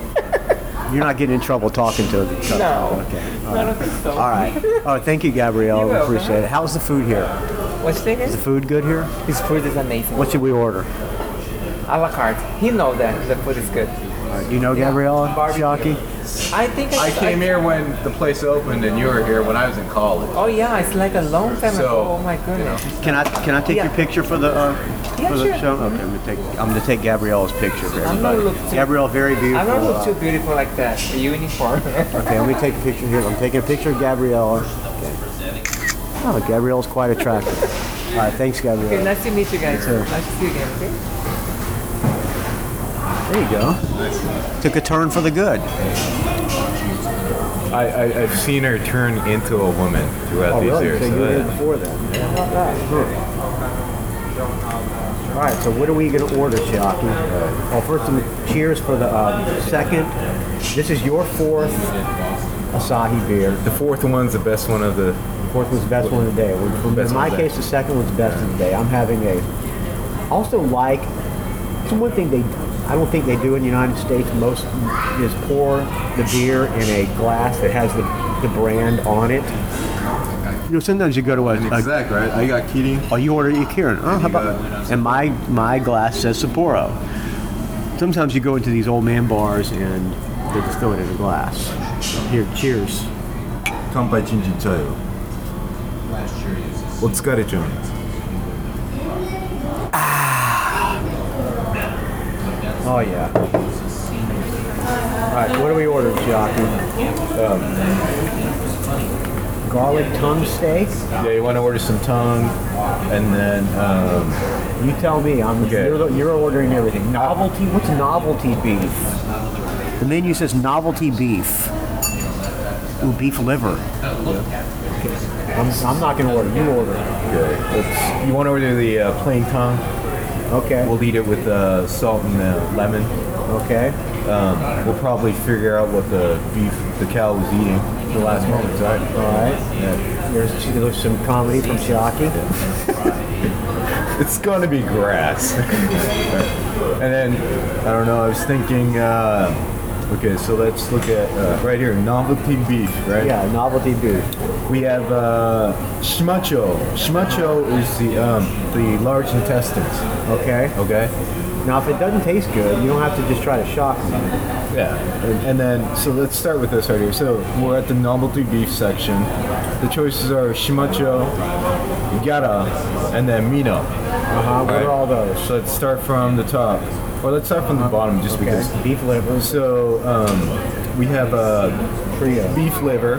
S1: You're not getting in trouble talking to the couple.
S5: No.
S1: Okay. All
S5: I
S1: right.
S5: don't think so.
S1: All right. Oh, thank you, Gabriela.
S5: You're welcome.
S1: Appreciate it. How's the food here?
S5: What you
S1: Is
S5: thinking?
S1: the food good here?
S5: His food is amazing.
S1: What should we order?
S5: a la carte. He know that the food is good.
S3: Do you know Gabriella
S5: Barbecue.
S3: Shockey?
S5: I think
S7: I
S5: it's-
S7: came here when the place opened and you were here when I was in college.
S5: Oh yeah, it's like a long time ago.
S7: So,
S5: Oh my goodness.
S3: Can I, can I take
S5: Yeah.
S3: your picture for the, uh,
S5: Yeah,
S3: for the
S5: sure.
S3: show? Okay, I'm gonna take, I'm gonna take Gabriella's picture for
S5: I'm not
S3: everybody.
S5: look too-
S3: Gabrielle, very beautiful.
S5: I don't look
S3: uh,
S5: too beautiful like that. The uniform.
S3: Okay, let me take a picture here. I'm taking a picture of Gabriella. Oh, Gabrielle's quite attractive. All right, thanks,
S5: okay,
S3: Gabrielle.
S5: nice to meet you guys.
S3: Sure.
S5: Nice to see you again. Okay.
S3: There you go. Took a turn for the good.
S2: I, I, I've seen her turn into a woman throughout
S1: Oh,
S2: these
S1: really?
S2: years.
S1: So
S2: Uh,
S1: you
S2: so
S1: were here
S2: that-
S1: before then? Huh. All right, so what are we going to order, Chiaki? Well, first, of all, cheers for the um, second. This is your fourth Asahi beer.
S2: the fourth one's the best one of the.
S1: Fourth was the best one of the day. Well,
S2: Best
S1: In my
S2: one of the day.
S1: case, the second was the best of the day. I'm having a. I Also, like, it's one thing they, I don't think they do in the United States. Most is pour the beer in a glass that has the, the brand on it.
S3: You know, sometimes you go to a, a
S7: Exactly. right? I got Keating.
S3: Oh, you ordered Ikirin. Oh, how about And my my glass says Sapporo. Sometimes you go into these old man bars and they're just throwing it in a glass. Here, cheers.
S7: Kanpai Chinjin Chayo. Otsukarechon.
S1: Oh yeah. All right, what do we order, Jocko? garlic tongue steak.
S2: Yeah, you want to order some tongue, and then um,
S1: You tell me. I'm
S2: Okay.
S1: you're, you're ordering everything. Novelty. What's novelty beef?
S3: Uh, The menu says novelty beef. Ooh, beef liver.
S1: I'm, I'm not gonna order. You order.
S2: okay, let's- you want to order the uh, plain tongue.
S1: Okay.
S2: We'll eat it with uh, salt and uh, lemon.
S1: okay.
S2: Um, we'll probably figure out what the beef the cow was eating at the last moment, right?
S1: All right.
S2: Yeah.
S1: There's, there's some comedy from Chiaki.
S2: It's gonna be grass. and then I don't know. I was thinking. Uh, okay, so let's look at uh, right here, novelty beef, right?
S1: Yeah, novelty beef.
S2: We have uh, shimacho. Shimacho is the um, the large intestines.
S1: Okay.
S2: Okay.
S1: Now, if it doesn't taste good, you don't have to just try to shock me.
S2: Yeah, and, and then so let's start with this right here. So we're at the novelty beef section. The choices are shimacho, yara, and then mino.
S1: Uh-huh. What are all those?
S2: So let's start from the top, or let's start from the bottom, just
S1: Okay.
S2: because.
S1: Beef liver
S2: So um, we have uh,
S1: trio.
S2: beef liver.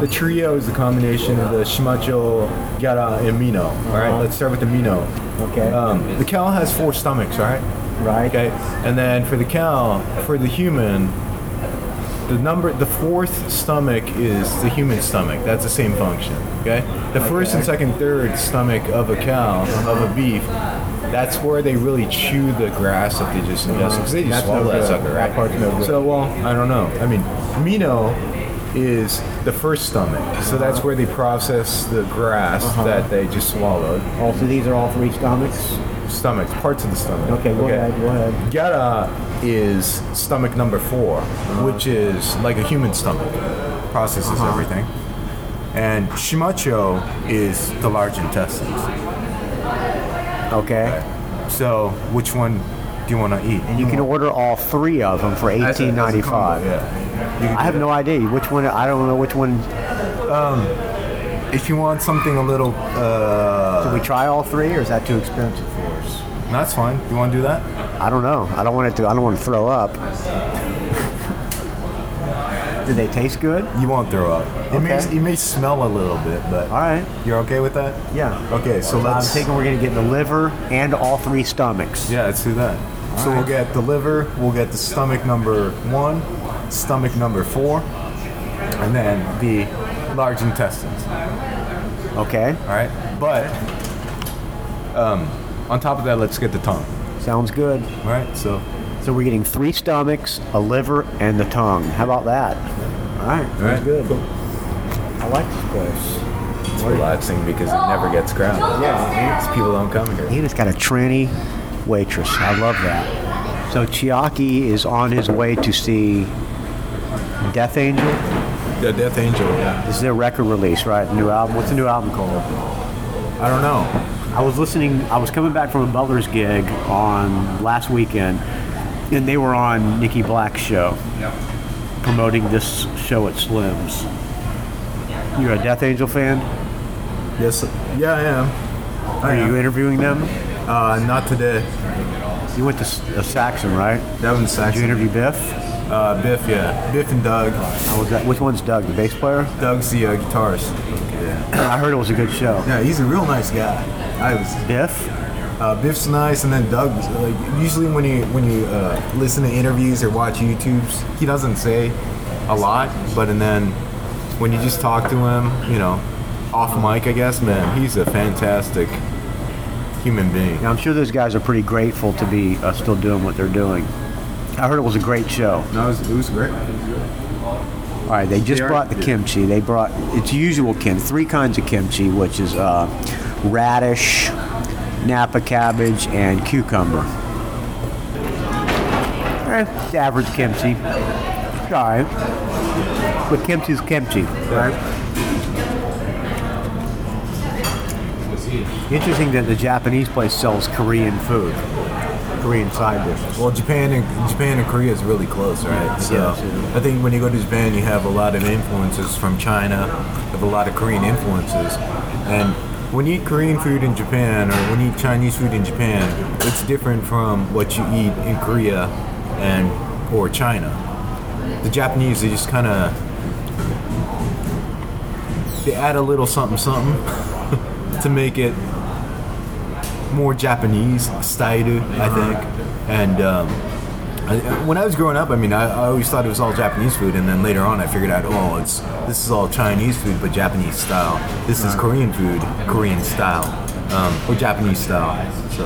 S2: The trio is the combination of the shimacho, yara, and mino. All right, let's start with the mino.
S1: Okay.
S3: Uh,
S2: Um, the cow has four stomachs, all right?
S1: right.
S2: Okay, and then for the cow, for the human, the number, the fourth stomach is the human stomach. That's the same function. Okay, the first and second, third stomach of a cow of a beef. That's where they really chew the grass that they just ingest. 'cause they just
S1: That's no
S2: swallow that
S1: good.
S2: sucker, right?
S1: That part's no good.
S2: So well, I don't know. I mean, Mino is the first stomach, so that's where they process the grass
S1: Uh-huh.
S2: that they just swallowed.
S1: Also, these are all three stomachs.
S2: Stomachs, parts of the stomach.
S1: Okay, go ahead, go ahead.
S2: Gyara is stomach number 4
S3: Uh-huh.
S2: which is like a human stomach, processes everything. And Shimacho is the large intestines.
S3: Okay.
S2: So, which one do you want to eat?
S3: And you can order all three of them for
S2: As Oh. a- as a
S3: eighteen ninety
S2: combo,
S3: five.
S2: Yeah. You can
S3: I have
S2: do
S3: no idea which one. I don't know which one.
S2: that. If you want something a little, uh,
S3: Can we try all three, or is that too expensive for us?
S2: that's fine. You want to do that?
S3: I don't know. I don't want it to. I don't want to throw up. Do they taste good?
S2: You won't throw up. It may
S3: Okay.
S2: it may smell a little bit, but
S3: All right.
S2: you're okay with that?
S3: Yeah.
S2: Okay, so let's
S3: I'm thinking we're gonna get the liver and all three stomachs.
S2: Yeah, let's do that. so we'll get the liver, we'll get the stomach number one, stomach number four, and then the large intestines.
S3: Okay,
S2: All right, but um, on top of that, let's get the tongue.
S3: sounds good.
S2: All right, so
S3: So we're getting three stomachs, a liver, and the tongue. How about that? All right.
S2: all right,
S1: Good. I like this place.
S2: It's relaxing because it never gets crowded.
S1: Yeah.
S2: Because people don't come here.
S3: He just got a tranny waitress. I love that. So Chiaki is on his way to see Death Angel.
S2: The Death Angel. Yeah.
S3: This is their record release, right? New album. What's the new album called?
S2: I don't know.
S1: I was listening. I was coming back from a Butler's gig on last weekend, and they were on Nikki Black's show, promoting this show at Slim's. You're a Death Angel fan.
S2: Yes. Yeah, I am.
S1: Are you interviewing them?
S2: Uh, not today.
S1: You went to S- uh, Saxon, right? Did
S2: Devin
S1: you
S2: Saxon.
S1: interview Biff?
S2: Uh, Biff, yeah. Biff and Doug.
S1: How was that? Which one's Doug, the bass player?
S2: Doug's the uh, guitarist.
S1: I heard it was a good show.
S2: Yeah, he's a real nice guy. I was
S1: Biff?
S2: Uh, Biff's nice, and then Doug. Like usually when you when you uh, listen to interviews or watch YouTubes, he doesn't say a lot, but and then when you just talk to him, you know, off mic, I guess, man, he's a fantastic human being.
S1: Now, I'm sure those guys are pretty grateful to be uh, still doing what they're doing. I heard it was a great show.
S2: No, it was, it was great.
S1: All right, they just
S2: They are-
S1: brought the
S2: yeah.
S1: kimchi. They brought its usual kim, three kinds of kimchi, which is uh, radish, napa cabbage, and cucumber. Eh, it's average kimchi. It's all right, but kimchi's kimchi, right? Interesting that the Japanese place sells Korean food, Korean side dishes.
S2: Well, Japan and Japan and Korea is really close, right? So
S1: Yes, yeah.
S2: I think when you go to Japan, you have a lot of influences from China, you have a lot of Korean influences, and when you eat Korean food in Japan or when you eat Chinese food in Japan, it's different from what you eat in Korea and or China. The Japanese, they just kind of they add a little something something to make it more Japanese style, I think. And um, I, when I was growing up, I mean, I, I always thought it was all Japanese food, and then later on, I figured out, oh, it's this is all Chinese food, but Japanese style. This is Korean food, Korean style, um, or Japanese style. So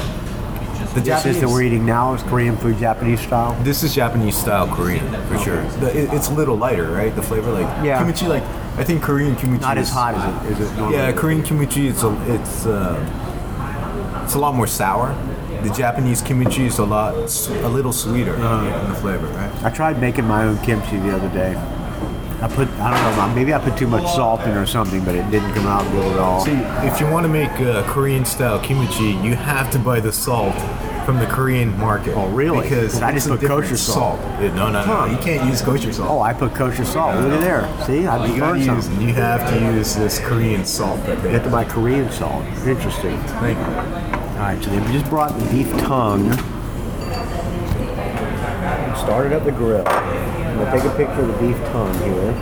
S2: the
S1: This is that we're eating now is Korean food, Japanese style.
S2: this is Japanese style Korean for sure. The, it, it's a little lighter, right? The flavor, like
S1: Yeah.
S2: kimchi, like I think Korean kimchi
S1: Not as
S2: is-
S1: hot as it is. It normally
S2: yeah,
S1: is.
S2: Korean kimchi it's a, it's uh, it's a lot more sour. The Japanese kimchi is a lot s- a little sweeter
S1: Uh-huh.
S2: in the flavor, right?
S1: I tried making my own kimchi the other day. I put I don't know maybe I put too much salt in or something, but it didn't come out good at all.
S2: See, if you want to make uh, Korean style kimchi, you have to buy the salt from the Korean market.
S1: Oh, really?
S2: Because
S1: I just
S2: it's a
S1: put
S2: different
S1: kosher salt.
S2: Yeah, no, no, no.
S1: Huh.
S2: You can't use kosher salt.
S1: oh, I put kosher salt. Look at there. See, I
S2: you
S1: just
S2: gotta
S1: learned
S2: use.
S1: something.
S2: You have to use this Korean salt that they
S1: Get to my Korean salt. Interesting.
S2: Thank you.
S1: All right, so they just brought the beef tongue. Started up the grill. I'm gonna take a picture of the beef tongue here.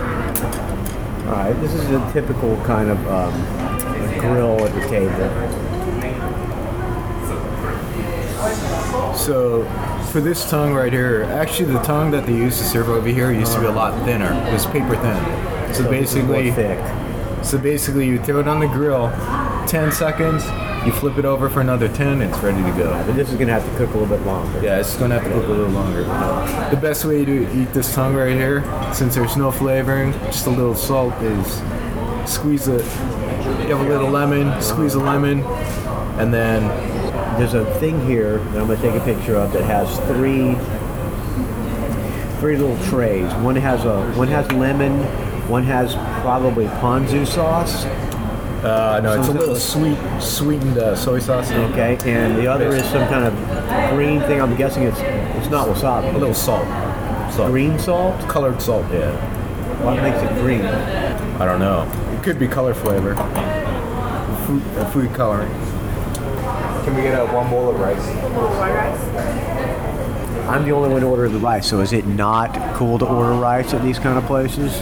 S1: All right, this is a typical kind of um, grill at the table.
S2: So for this tongue right here, actually the tongue that they used to serve over here used to be a lot thinner. It was paper thin. So, basically,
S1: More thick.
S2: so basically you throw it on the grill, 10 seconds, you flip it over for another 10, it's ready to go.
S1: But this is gonna have to cook a little bit longer.
S2: Yeah, it's gonna have to cook a little longer. The best way to eat this tongue right here, since there's no flavoring, just a little salt, is squeeze it. You have a little lemon, squeeze a lemon, and then
S1: There's a thing here that I'm going to take a picture of that has three three little trays. One has a one has lemon, one has probably ponzu sauce,
S2: uh, no,
S1: Sounds
S2: it's a little
S1: good.
S2: sweet, sweetened uh, soy sauce.
S1: okay, and the other is some kind of green thing. I'm guessing it's it's not
S2: A
S1: wasabi.
S2: little salt. Salt.
S1: Green salt?
S2: Colored salt, yeah.
S1: What makes it green?
S2: I don't know. It could be color flavor. Food, uh, food coloring. Can we get a one bowl of rice?
S1: I'm the only one to order the rice, so is it not cool to order rice at these kind of places?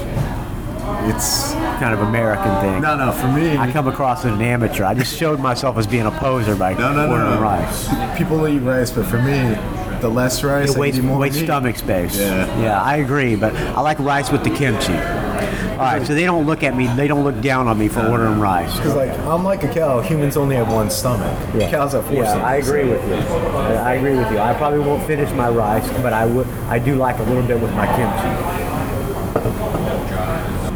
S2: It's
S1: Kind of American thing.
S2: no, no. For me,
S1: I come across as an amateur. I just showed myself as being a poser by
S2: no, no,
S1: ordering
S2: no, no.
S1: rice.
S2: People eat rice, but for me, the less rice,
S1: It
S2: I
S1: wastes,
S2: eat more
S1: wastes
S2: meat.
S1: stomach space.
S2: Yeah.
S1: I agree, but I like rice with the kimchi. All right, so they don't look at me, they don't look down on me for ordering rice.
S2: 'Cause, like I'm like a cow. Humans only have one stomach. Cows have four.
S1: Yeah,
S2: stomachs.
S1: I agree with you. I I agree with you. I probably won't finish my rice, but I would. I do like a little bit with my kimchi.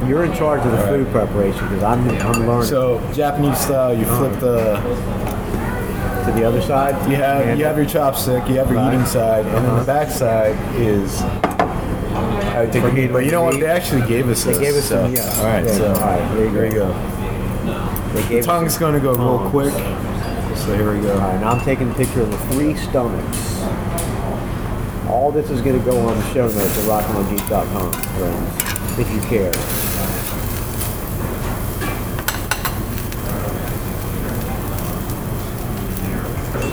S1: You're in charge of the food preparation because I'm, I'm learning.
S2: So Japanese style, you flip the
S1: to the other side,
S2: You have
S1: and
S2: you have your chopstick, you have your
S1: Right.
S2: eating side, and then the back side is. I
S1: I would take
S2: But
S1: meat.
S2: you know what? They actually gave us
S1: They
S2: this.
S1: gave us
S2: so-
S1: some, yeah.
S2: All right,
S1: Yeah,
S2: so
S1: all right, there you go.
S2: here we go.
S1: They gave us-
S2: Tongue's gonna go real quick. So here we
S1: All
S2: go.
S1: right, now I'm taking a picture of the three stomachs. All this is going to go on the show notes at rockandrollgeek.com, friends, if you care.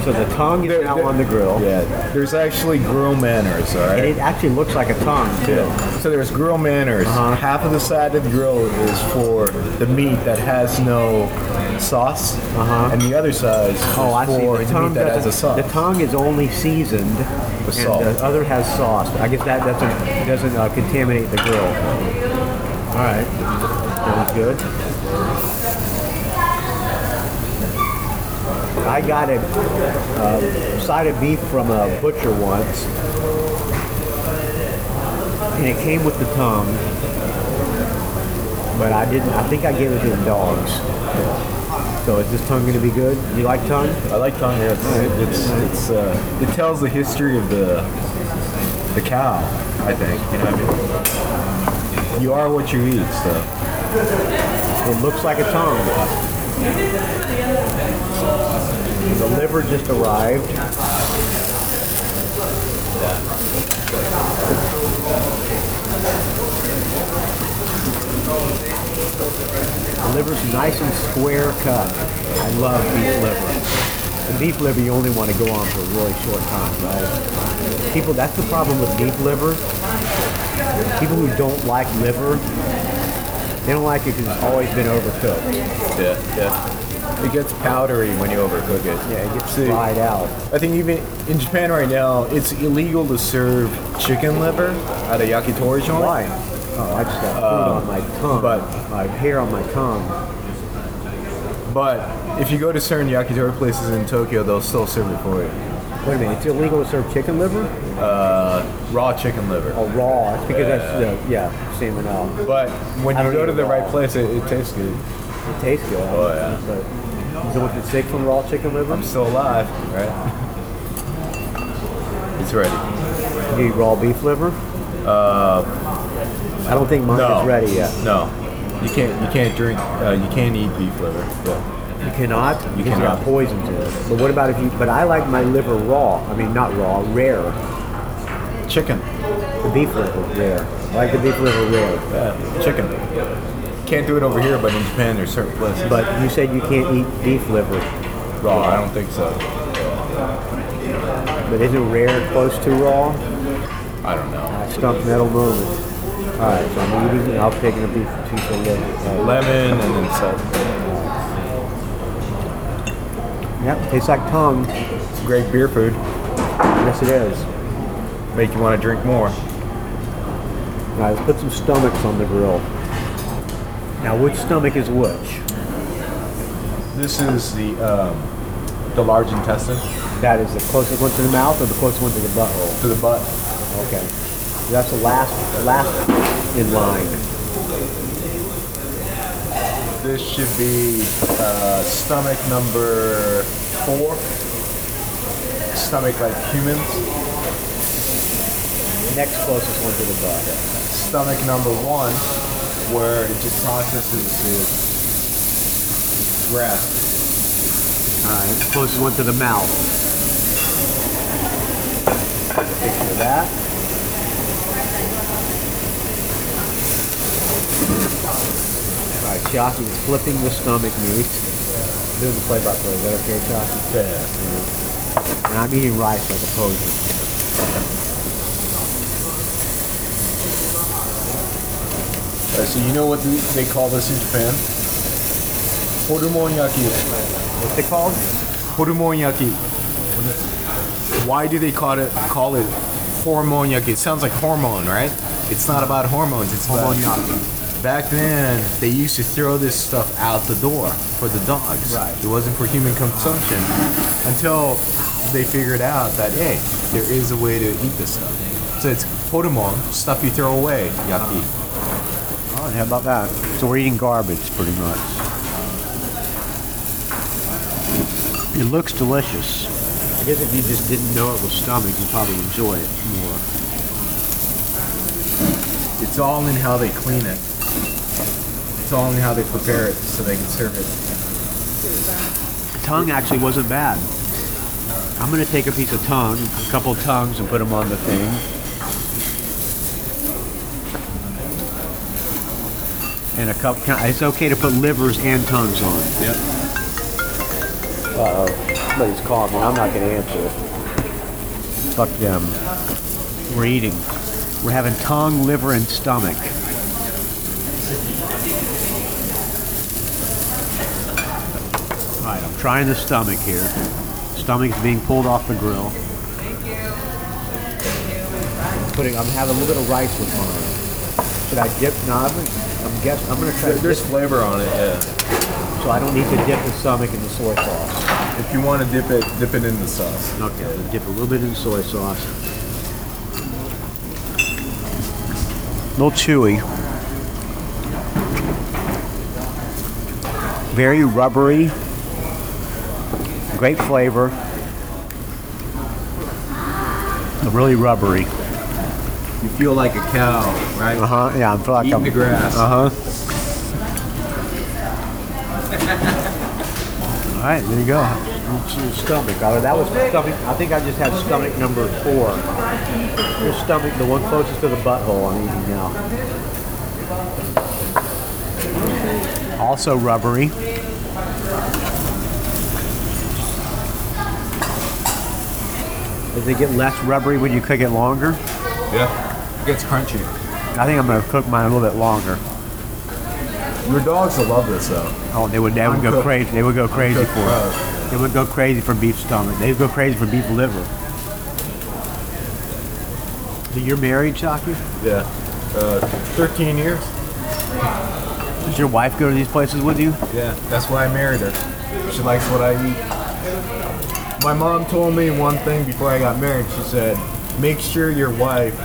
S1: So the tongue is now on the grill,
S2: Yeah, there's actually grill manners, all
S1: and
S2: right?
S1: it actually looks like a tongue too.
S2: Yeah. So there's grill manners.
S1: Uh-huh.
S2: Half of the side of the grill is for the meat that has no sauce,
S1: Uh-huh.
S2: and the other side is
S1: Oh, I see.
S2: for
S1: The
S2: the
S1: tongue
S2: meat that has a
S1: doesn't-
S2: sauce.
S1: the tongue is only seasoned, and
S2: salt.
S1: the other has sauce. I guess that doesn't doesn't uh, contaminate the grill. All right, that was good. I got a uh, side of beef from a butcher once, and it came with the tongue, but I didn't. I think I gave it to the dogs. So is this tongue going to be good? You like tongue?
S2: I like tongue. Yeah, it's it's, it's uh, it tells the history of the the cow. I think you know. What I mean? You are what you eat. So
S1: It looks like a tongue. The liver just arrived. The liver's nice and square cut. I love beef liver. The beef liver you only want to go on for a really short time, right? People, that's the problem with beef liver. People who don't like liver, they don't like it because it's always been overcooked.
S2: yeah, yeah. It gets powdery when you overcook it.
S1: Yeah, it gets
S2: See,
S1: dried out.
S2: I think even in Japan right now, it's illegal to serve chicken liver at a yakitori joint.
S1: Why? Oh, I just got food on my tongue.
S2: Uh, but-
S1: my hair on my tongue.
S2: But if you go to certain yakitori places in Tokyo, they'll still serve it for you.
S1: Wait a minute, it's illegal to serve chicken liver?
S2: Raw chicken liver.
S1: Oh, raw. It's because that's the yeah, uh, salmonella.
S2: But when
S1: I
S2: you
S1: don't
S2: go to
S1: eat
S2: the
S1: raw.
S2: right place, it, it tastes good.
S1: It tastes good.
S2: Oh, yeah.
S1: But you don't get sick from raw chicken liver?
S2: I'm still alive, right? it's ready.
S1: You eat raw beef liver? Uh, I don't think mine is ready yet.
S2: No, you can't. You can't drink. Uh, you can't eat beef liver. Yeah.
S1: You cannot.
S2: You
S1: because
S2: cannot.
S1: got poison to it. But what about if you? But I like my liver raw. I mean, not raw, rare.
S2: Chicken.
S1: The beef liver rare. I like the beef liver rare.
S2: Yeah. Chicken. Can't do it over here, but in Japan there's certain places.
S1: But you said you can't eat beef liver.
S2: raw, I don't think so.
S1: But isn't rare close to raw?
S2: I don't know.
S1: Stump metal moment. All right, so I'm eating. I'll take a piece, piece of liver.
S2: Lemon and then salt.
S1: Yep, tastes like tongue.
S2: Great beer food.
S1: Yes, it is.
S2: Make you want to drink more.
S1: All right, let's put some stomachs on the grill. Now, which stomach is which?
S2: This is the um, the large intestine
S1: That is the closest one to the mouth or the closest one to the butthole.
S2: to the butt.
S1: Okay, that's the last last in line.
S2: This should be uh, stomach number four. Stomach like humans.
S1: Next closest one to the butt.
S2: Stomach number one, where it just processes the grass.
S1: All right, closest one to the mouth. Picture of that. All right, Chucky is flipping the stomach meat. Doing the play-by-play. Is that okay, Chucky?
S2: Yeah.
S1: And I'm eating rice like a poser.
S2: Uh, so you know what th- they call this in Japan? Horumonyaki.
S1: What's it called?
S2: Horumonyaki. Why do they call it call it hormonyaki? It sounds like hormone, right? It's not about hormones. It's about Back then, they used to throw this stuff out the door for the dogs.
S1: Right.
S2: It wasn't for human consumption until they figured out that, hey, there is a way to eat this stuff. So it's hormon, stuff you throw away, yaki.
S1: Oh, how about that? So we're eating garbage, pretty much.
S8: It looks delicious.
S1: I guess if you just didn't know it was stomach, you'd probably enjoy it more.
S2: It's all in how they clean it. It's all in how they prepare it so they can serve it.
S1: Tongue actually wasn't bad. I'm gonna take a piece of tongue, a couple of tongues, and put them on the thing. And a cup. can I- It's okay to put livers and tongues on.
S9: Somebody's calling me. I'm not going to answer.
S1: Fuck them. We're eating. We're having tongue, liver, and stomach. All right, I'm trying the stomach here. Stomach's being pulled off the grill.
S9: Putting, I'm having a little bit of rice with mine. Should I dip? No, I'm, I'm guessing. I'm going to try to dip
S2: There's flavor on it. Yeah.
S9: so I don't need to dip the stomach in the soy sauce.
S2: If you want to dip it, dip it in the sauce.
S1: Okay, I'm gonna dip a little bit in soy sauce. A little chewy.
S10: Very rubbery. Great flavor.
S1: Really rubbery.
S2: You feel like a cow, right?
S10: Uh huh. Yeah, I'm like
S2: Eating the
S10: I'm,
S2: grass.
S10: uh huh.
S1: All right, there you go.
S9: Stomach. Oh, that was stomach. I think I just had stomach number four. Your stomach, the one closest to the butthole I'm eating now.
S1: Also rubbery.
S10: Does it get less rubbery when you cook it longer?
S2: Yeah. It gets crunchy.
S10: I think I'm gonna cook mine a little bit longer.
S2: Your dogs will love this though.
S1: Oh, they would, they would go
S2: Uncooked.
S1: crazy. They would go crazy
S2: Uncooked
S1: for it. They would go crazy for beef stomach. They would go crazy for beef liver. You're married, Chucky?
S2: Yeah. Uh, 13 years.
S1: Does your wife go to these places with you?
S2: Yeah, that's why I married her. She likes what I eat. My mom told me one thing before I got married. She said, "Make sure your wife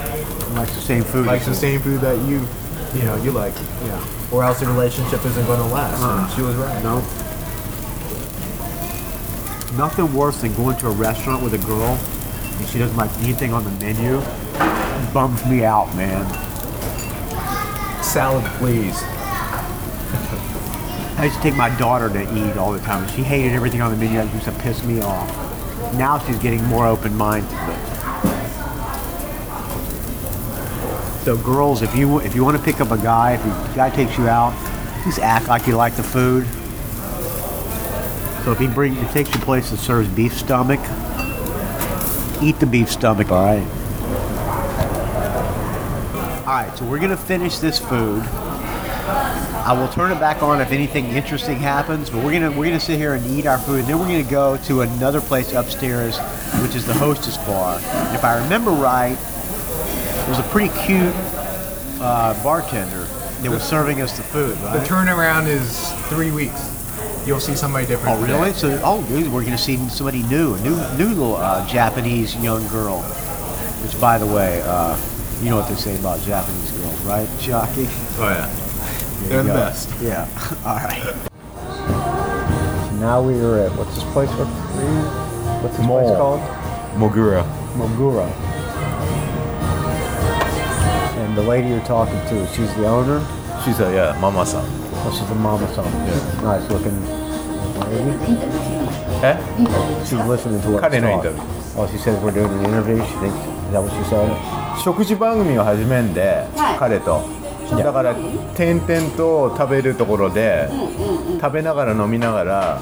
S1: Likes the same food.
S2: likes the same food that you, you know, you like,
S9: Yeah.
S2: or else the relationship isn't going to last." And she was right.
S1: No. Nothing worse than going to a restaurant with a girl and she doesn't like anything on the menu. Bums me out, man.
S2: Salad, please.
S1: I used to take my daughter to eat all the time. She hated everything on the menu. That used to piss me off. Now she's getting more open-minded. So, girls, if you if you want to pick up a guy, if a guy takes you out, just act like you like the food. So if he bring, if he takes you to a place that serves beef stomach, eat the beef stomach. All right. All right. So we're gonna finish this food. I will turn it back on if anything interesting happens, but we're gonna we're gonna sit here and eat our food, and then we're gonna go to another place upstairs, which is the hostess bar. And if I remember right, there was a pretty cute uh, bartender that was serving us the food,
S2: The
S1: right?
S2: turnaround is three weeks. You'll see somebody different.
S1: Oh really? So oh, dude, we're gonna see somebody new, a new new little uh, Japanese young girl. Which, by the way, uh, you know what they say about Japanese girls, right, Jockey?
S11: Oh yeah, they're
S1: There you
S11: the
S1: go.
S11: best.
S1: Yeah. All right.
S9: Now we are at, what's this place? What- What's this place
S11: Mole.
S9: called?
S11: Mogura.
S9: Mogura. And the lady you're talking to, she's the owner?
S11: She's a yeah, mama-san.
S9: Oh, she's a mom or something. Nice looking lady.
S11: Eh?
S9: She's listening to what
S11: Cut
S9: we're
S11: in
S9: doing.
S11: interview.
S9: Oh, she says we're doing an interview. She thinks, is that what she said?
S11: 食事番組を始めんで、彼とだから点々と食べるところで、食べながら飲みながら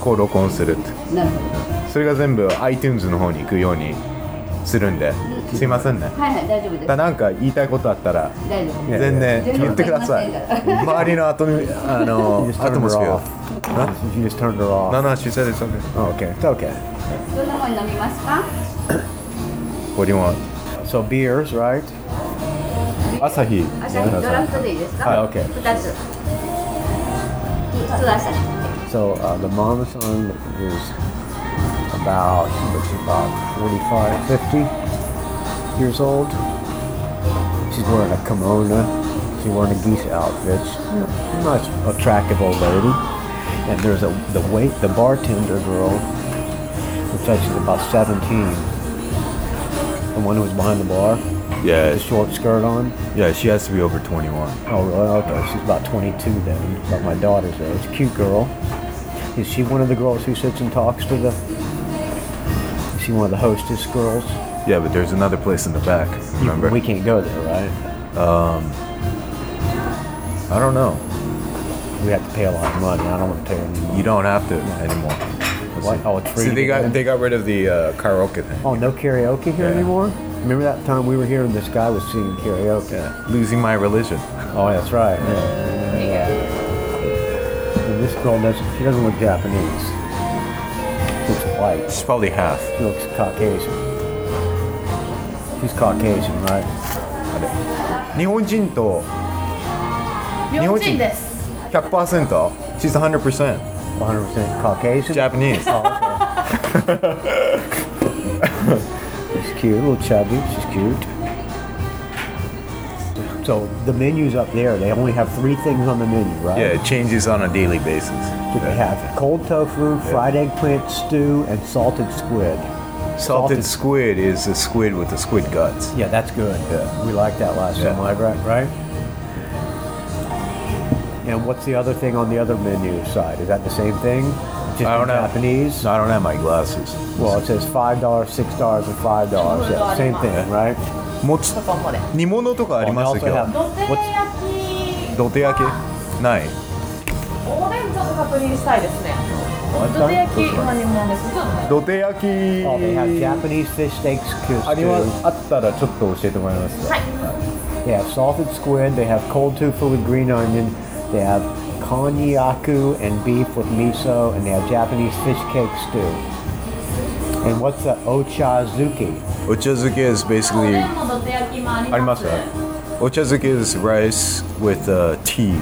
S11: こう録音するって
S12: なるほ
S11: それが全部 iTunes の方に行くようにするんで、すいませんね
S12: ど。はいはい、大丈夫で
S11: だか。
S12: す
S11: らなんか言いたいことあったら
S12: 大丈夫です。
S11: 全然言ってください周りのアトミあのアトモスフィア
S9: You just turned her off.
S11: No, no, she said it's okay.
S9: Oh, okay. It's okay.
S12: どんなもの飲みますか
S11: What do you want?
S9: So beers, right?
S11: 朝日。
S12: 朝日ドラフトでいいですか
S11: はい OK
S12: 二つ。一つ朝日。
S9: So uh, the mama son is about, she's about 45, 50 years old. She's wearing a kimono. She's wearing a geese outfit. She's a nice, attractive old lady. And there's a the wait the bartender girl, which I think she's about 17, the one who was behind the bar.
S2: Yeah.
S1: With the short skirt on.
S2: Yeah, she has to be over 21.
S1: Oh, really? Okay. She's about 22 then, about my daughter's age. Cute girl. Is she one of the girls who sits and talks to the? Is she one of the hostess girls?
S2: Yeah, but there's another place in the back. Remember?
S1: We can't go there, right?
S2: I don't know.
S1: We have to pay a lot of money. I don't want to pay any money.
S2: You don't have to anymore. Let's
S1: What?
S2: see.
S1: Oh, it's free
S2: See,
S1: to
S2: they
S1: get in?
S2: got they got rid of the uh, karaoke thing.
S1: Oh, no karaoke here
S2: Yeah.
S1: anymore? Remember that time we were here and this guy was singing karaoke?
S2: Yeah, losing my religion.
S1: Oh, that's right. Yeah. And this girl doesn't, she doesn't look Japanese. She looks white.
S2: It's probably half.
S1: She looks Caucasian. She's Caucasian, right?
S2: 日本人と
S4: 日
S2: 本
S4: 本
S2: 人
S4: 人です。
S2: 100%. She's 100%
S1: 100% Caucasian?
S2: Japanese.
S1: She's cute, a little chubby. She's cute. So the menu's up there. They only have three things on the menu, right?
S2: Yeah, it changes on a daily basis.
S1: They have cold tofu, fried eggplant stew, and salted squid.
S2: Salted squid is a squid with the squid guts.
S1: Yeah, that's good.
S2: Yeah.
S1: We liked that last
S2: Yeah.
S1: time, right, right? Right. And what's the other thing on the other menu side? Is that the same thing? Just
S2: I don't
S1: in
S2: know.
S1: Japanese.
S2: I don't have my glasses.
S1: Well, it says five dollars, six dollars, and five dollars. Yeah, same thing, right?
S2: もつ
S4: ここまで。
S2: 煮物とかあり
S1: And they
S2: ま
S1: also
S2: すよ
S1: have
S4: どて焼
S1: what's
S4: き。
S2: どて焼きない
S4: おでんちょっと確認したいですね。どて焼き今煮物です。
S2: どて焼き
S1: oh, they have Japanese fish steaks stew.
S2: ありますあったらちょっと教えてもらえますか
S1: They have salted squid. They have cold tofu with green onion. They have konyaku and beef with miso, and they have Japanese fish cake stew. And what's the ochazuke?
S2: お茶漬け is basically
S4: もどて焼きもあ
S2: ありますお茶漬け is rice with、uh, tea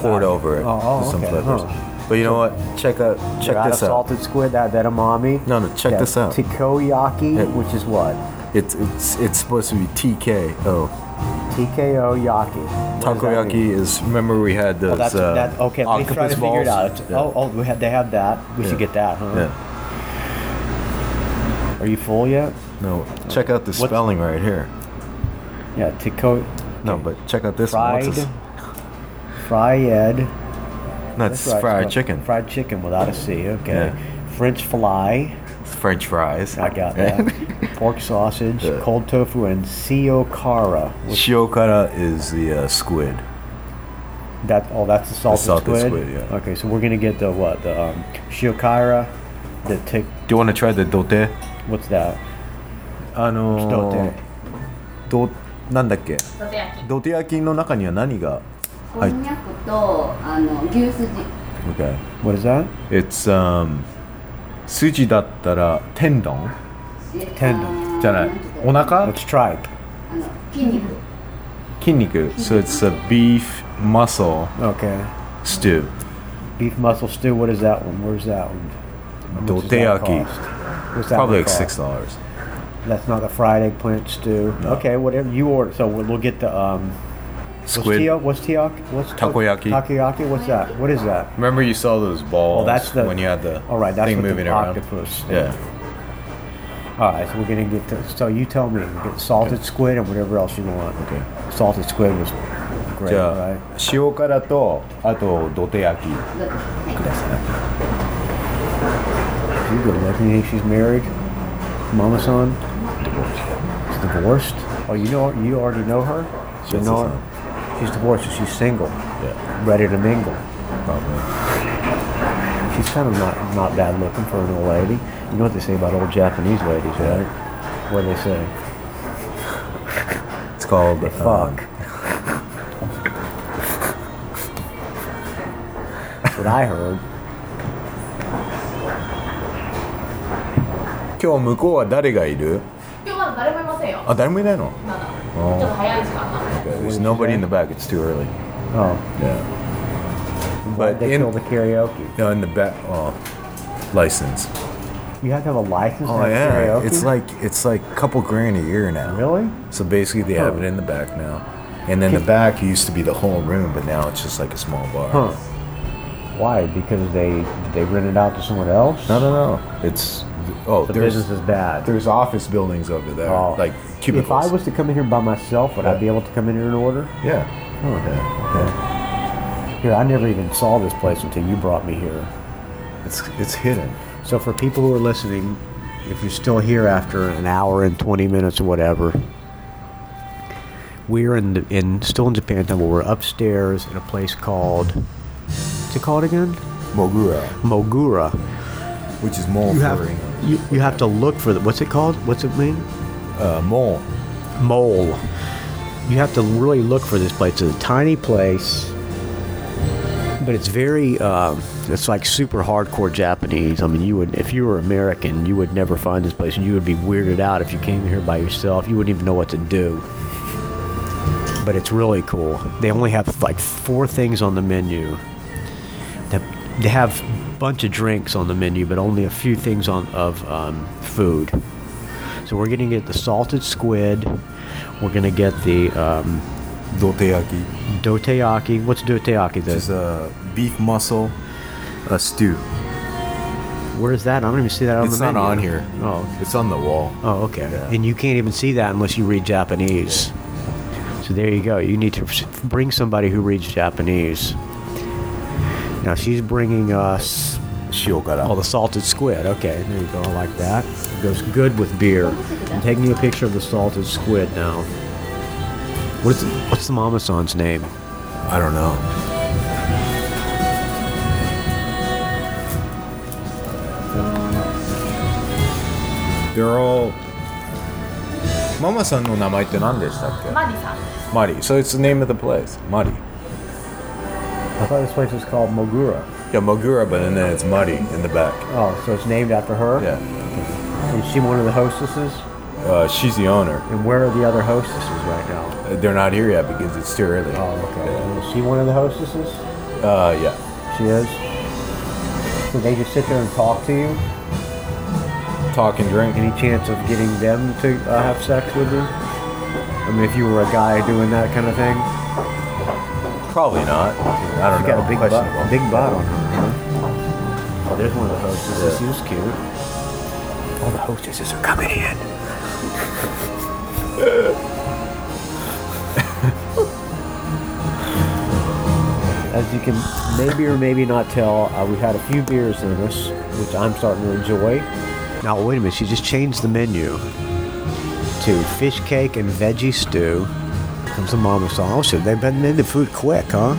S2: poured over it
S1: Oh, oh,
S2: with some
S1: okay,
S2: flavors
S1: huh.
S2: but you know what check out check
S1: They're out
S2: this
S1: of
S2: out
S1: salted squid, that, that umami.
S2: No, no, check
S1: They have
S2: this out.
S1: Takoyaki,
S2: Yeah.
S1: which is what?
S2: it's, it's, it's supposed to be TKO
S1: TKO yaki. What does that mean?
S2: Takoyaki is. Remember we had those
S1: Oh, that's,
S2: uh,
S1: that, okay, let me try to
S2: octopus
S1: figure
S2: balls.
S1: it out. Oh. It's-
S2: Yeah.
S1: Oh, oh we had, they have that. We should
S2: Yeah.
S1: get that, huh?
S2: Yeah.
S1: Are you full yet?
S2: No, check out the spelling right here.
S1: Yeah, Tiko,
S2: No, but check out this one.
S1: fried,
S2: What's this?
S1: fried,
S2: No,
S1: That's
S2: it's
S1: right,
S2: fried
S1: but
S2: chicken.
S1: Fried chicken without a C. Okay.
S2: Yeah.
S1: French fly.
S2: French fries.
S1: I got that. Pork sausage,
S2: Yeah.
S1: cold tofu, and siokara. which-
S2: Shiokara is the uh, squid.
S1: That oh, that's the salted,
S2: salted
S1: squid.
S2: squid, yeah.
S1: Okay, so we're gonna get the what the um, shiokara, the tick.
S2: Do you want to try the dote?
S1: What's that?
S2: あのー
S1: Dote.、
S2: どなんだっけ
S4: どて焼き。
S2: ドテ焼きの中には何が
S12: こんにゃくとあの牛すじ
S2: Okay.
S1: What is that?
S2: It's um 筋だったら天丼
S1: 天
S2: じゃないお腹
S1: Let's try it.
S12: あの筋肉
S2: 筋肉 So it's a beef muscle
S1: Okay.
S2: stew
S1: Beef muscle stew. What is that one? Where's that one? How much does that
S2: Doteaki.
S1: cost? What's that
S2: Probably
S1: one
S2: like
S1: cost?
S2: six dollars
S1: That's not a fried eggplant stew. Okay, whatever you order. So we'll, we'll get the um. What's
S2: Squid
S1: teok? What's teok? What's to-
S2: Takoyaki.
S1: Takoyaki. What's that? What is that?
S2: Remember you saw those balls
S1: Oh, that's the-
S2: when you had the
S1: all right, that's
S2: thing
S1: what the
S2: moving around.
S1: octopus-
S2: Yeah.
S1: All right, so we're gonna get the. So you tell me, we'll get salted squid and whatever else you want.
S2: Okay.
S1: Salted squid was great,
S2: じゃあ、
S1: right?
S2: 塩辛とあと土手焼き。
S1: You good looking? You think she's married? Mama son? She's divorced. Oh, you know, you already know her.
S2: She
S1: you
S2: has
S1: know
S2: a
S1: her. She's divorced, so she's single,
S2: Yeah,
S1: ready to mingle.
S2: probably.
S1: She's kind of not not bad looking for an old lady. You know what they say about old Japanese ladies, right? What do they say?
S2: It's called um, the
S1: Fuck. That's what I heard.
S2: 今日向こうは誰がいる？
S4: 今日まだ誰もいませんよ。
S2: あ、誰もいないの。
S4: まだ。ちょっと早い時間なので。
S2: There's nobody in the back. It's too early.
S1: Oh,
S2: Yeah.
S1: but
S2: But
S1: they
S2: in
S1: kill the karaoke.
S2: no, in the back. Oh, license.
S1: You have to have a license to
S2: Oh
S1: have
S2: yeah.
S1: karaoke.
S2: It's like it's like a couple grand a year now.
S1: really.
S2: So basically, they have
S1: Huh.
S2: it in the back now. And then the back used to be the whole room, but now it's just like a small bar.
S1: Huh. Why? Because they they rent it out to someone else.
S2: No, no, no. It's Oh,
S1: the
S2: there's-
S1: business is bad.
S2: There's office buildings over there,
S1: Oh.
S2: like
S1: If
S2: cubicles.
S1: I was to come in here by myself, would I be able to come in here and order?
S2: yeah.
S1: Oh, yeah. Okay. Dude, I never even saw this place until you brought me here.
S2: It's it's hidden.
S13: So for people who are listening,
S1: If you're still here after an hour and 20 minutes or whatever,
S13: we're in, the, in still in Japan Temple. We're upstairs in a place called, what's it called again?
S2: Mogura,
S13: Mogura.
S2: which is mole
S13: You
S2: for
S13: have, you, you have to look for the, what's it called? What's it mean?
S2: uh, mole.
S13: Mole. You have to really look for this place. It's a tiny place, but it's very, um, it's like super hardcore Japanese. I mean, you would, if you were American, you would never find this place and you would be weirded out if you came here by yourself. You wouldn't even know what to do. But it's really cool. They only have like four things on the menu. They they have a bunch of drinks on the menu, but only a few things on of um, food. So we're going to get the salted squid. We're going to get the um,
S2: Doteyaki,
S13: doteyaki. What's doteyaki?
S2: which is
S13: The,
S2: a beef muscle a stew.
S13: where is that? I don't even see that on
S2: It's
S13: the
S2: not
S13: menu.
S2: on here.
S13: Oh,
S2: It's on the wall.
S13: oh, okay.
S2: Yeah.
S13: And you can't even see that unless you read Japanese. So there you go. You need to bring somebody who reads Japanese. Now she's bringing us
S2: Shiokara.
S13: Oh, the salted squid. Okay, there you go. I like that. Goes good with beer. I'm taking a picture of the salted squid now. What is what's the mama san's name?
S2: I don't know. They're all. ママさんの名前って何でしたっけ
S14: マリさん。
S2: マリ So it's the name of the place. マリ
S1: I thought this place was called Mogura.
S2: Yeah, Mogura, but and then it's マリ in the back.
S1: Oh, so it's named after her?
S2: Yeah.
S1: Is she one of the hostesses?
S2: Uh, she's the owner.
S1: And where are the other hostesses right now?
S2: Uh, They're not here yet because it's too early.
S1: Oh, okay. Is she one of the hostesses?
S2: Uh, yeah.
S1: She is. So they just sit there and talk to you?
S2: Talk and drink.
S1: Any chance of getting them to uh, have sex with you? I mean, if you were a guy doing that kind of thing,
S2: Probably not. I don't
S1: you
S2: know.
S1: got a big
S2: Questionable.
S1: butt, big butt on her. Oh, there's one of the hostesses. She was cute. All the hostesses are coming in. As you can maybe or maybe not tell, uh, we've had a few beers in us, which I'm starting to enjoy.
S13: Now wait a minute. She just changed the menu to fish cake and veggie stew. Comes the mama san. Oh shit, they've been in the food quick, huh?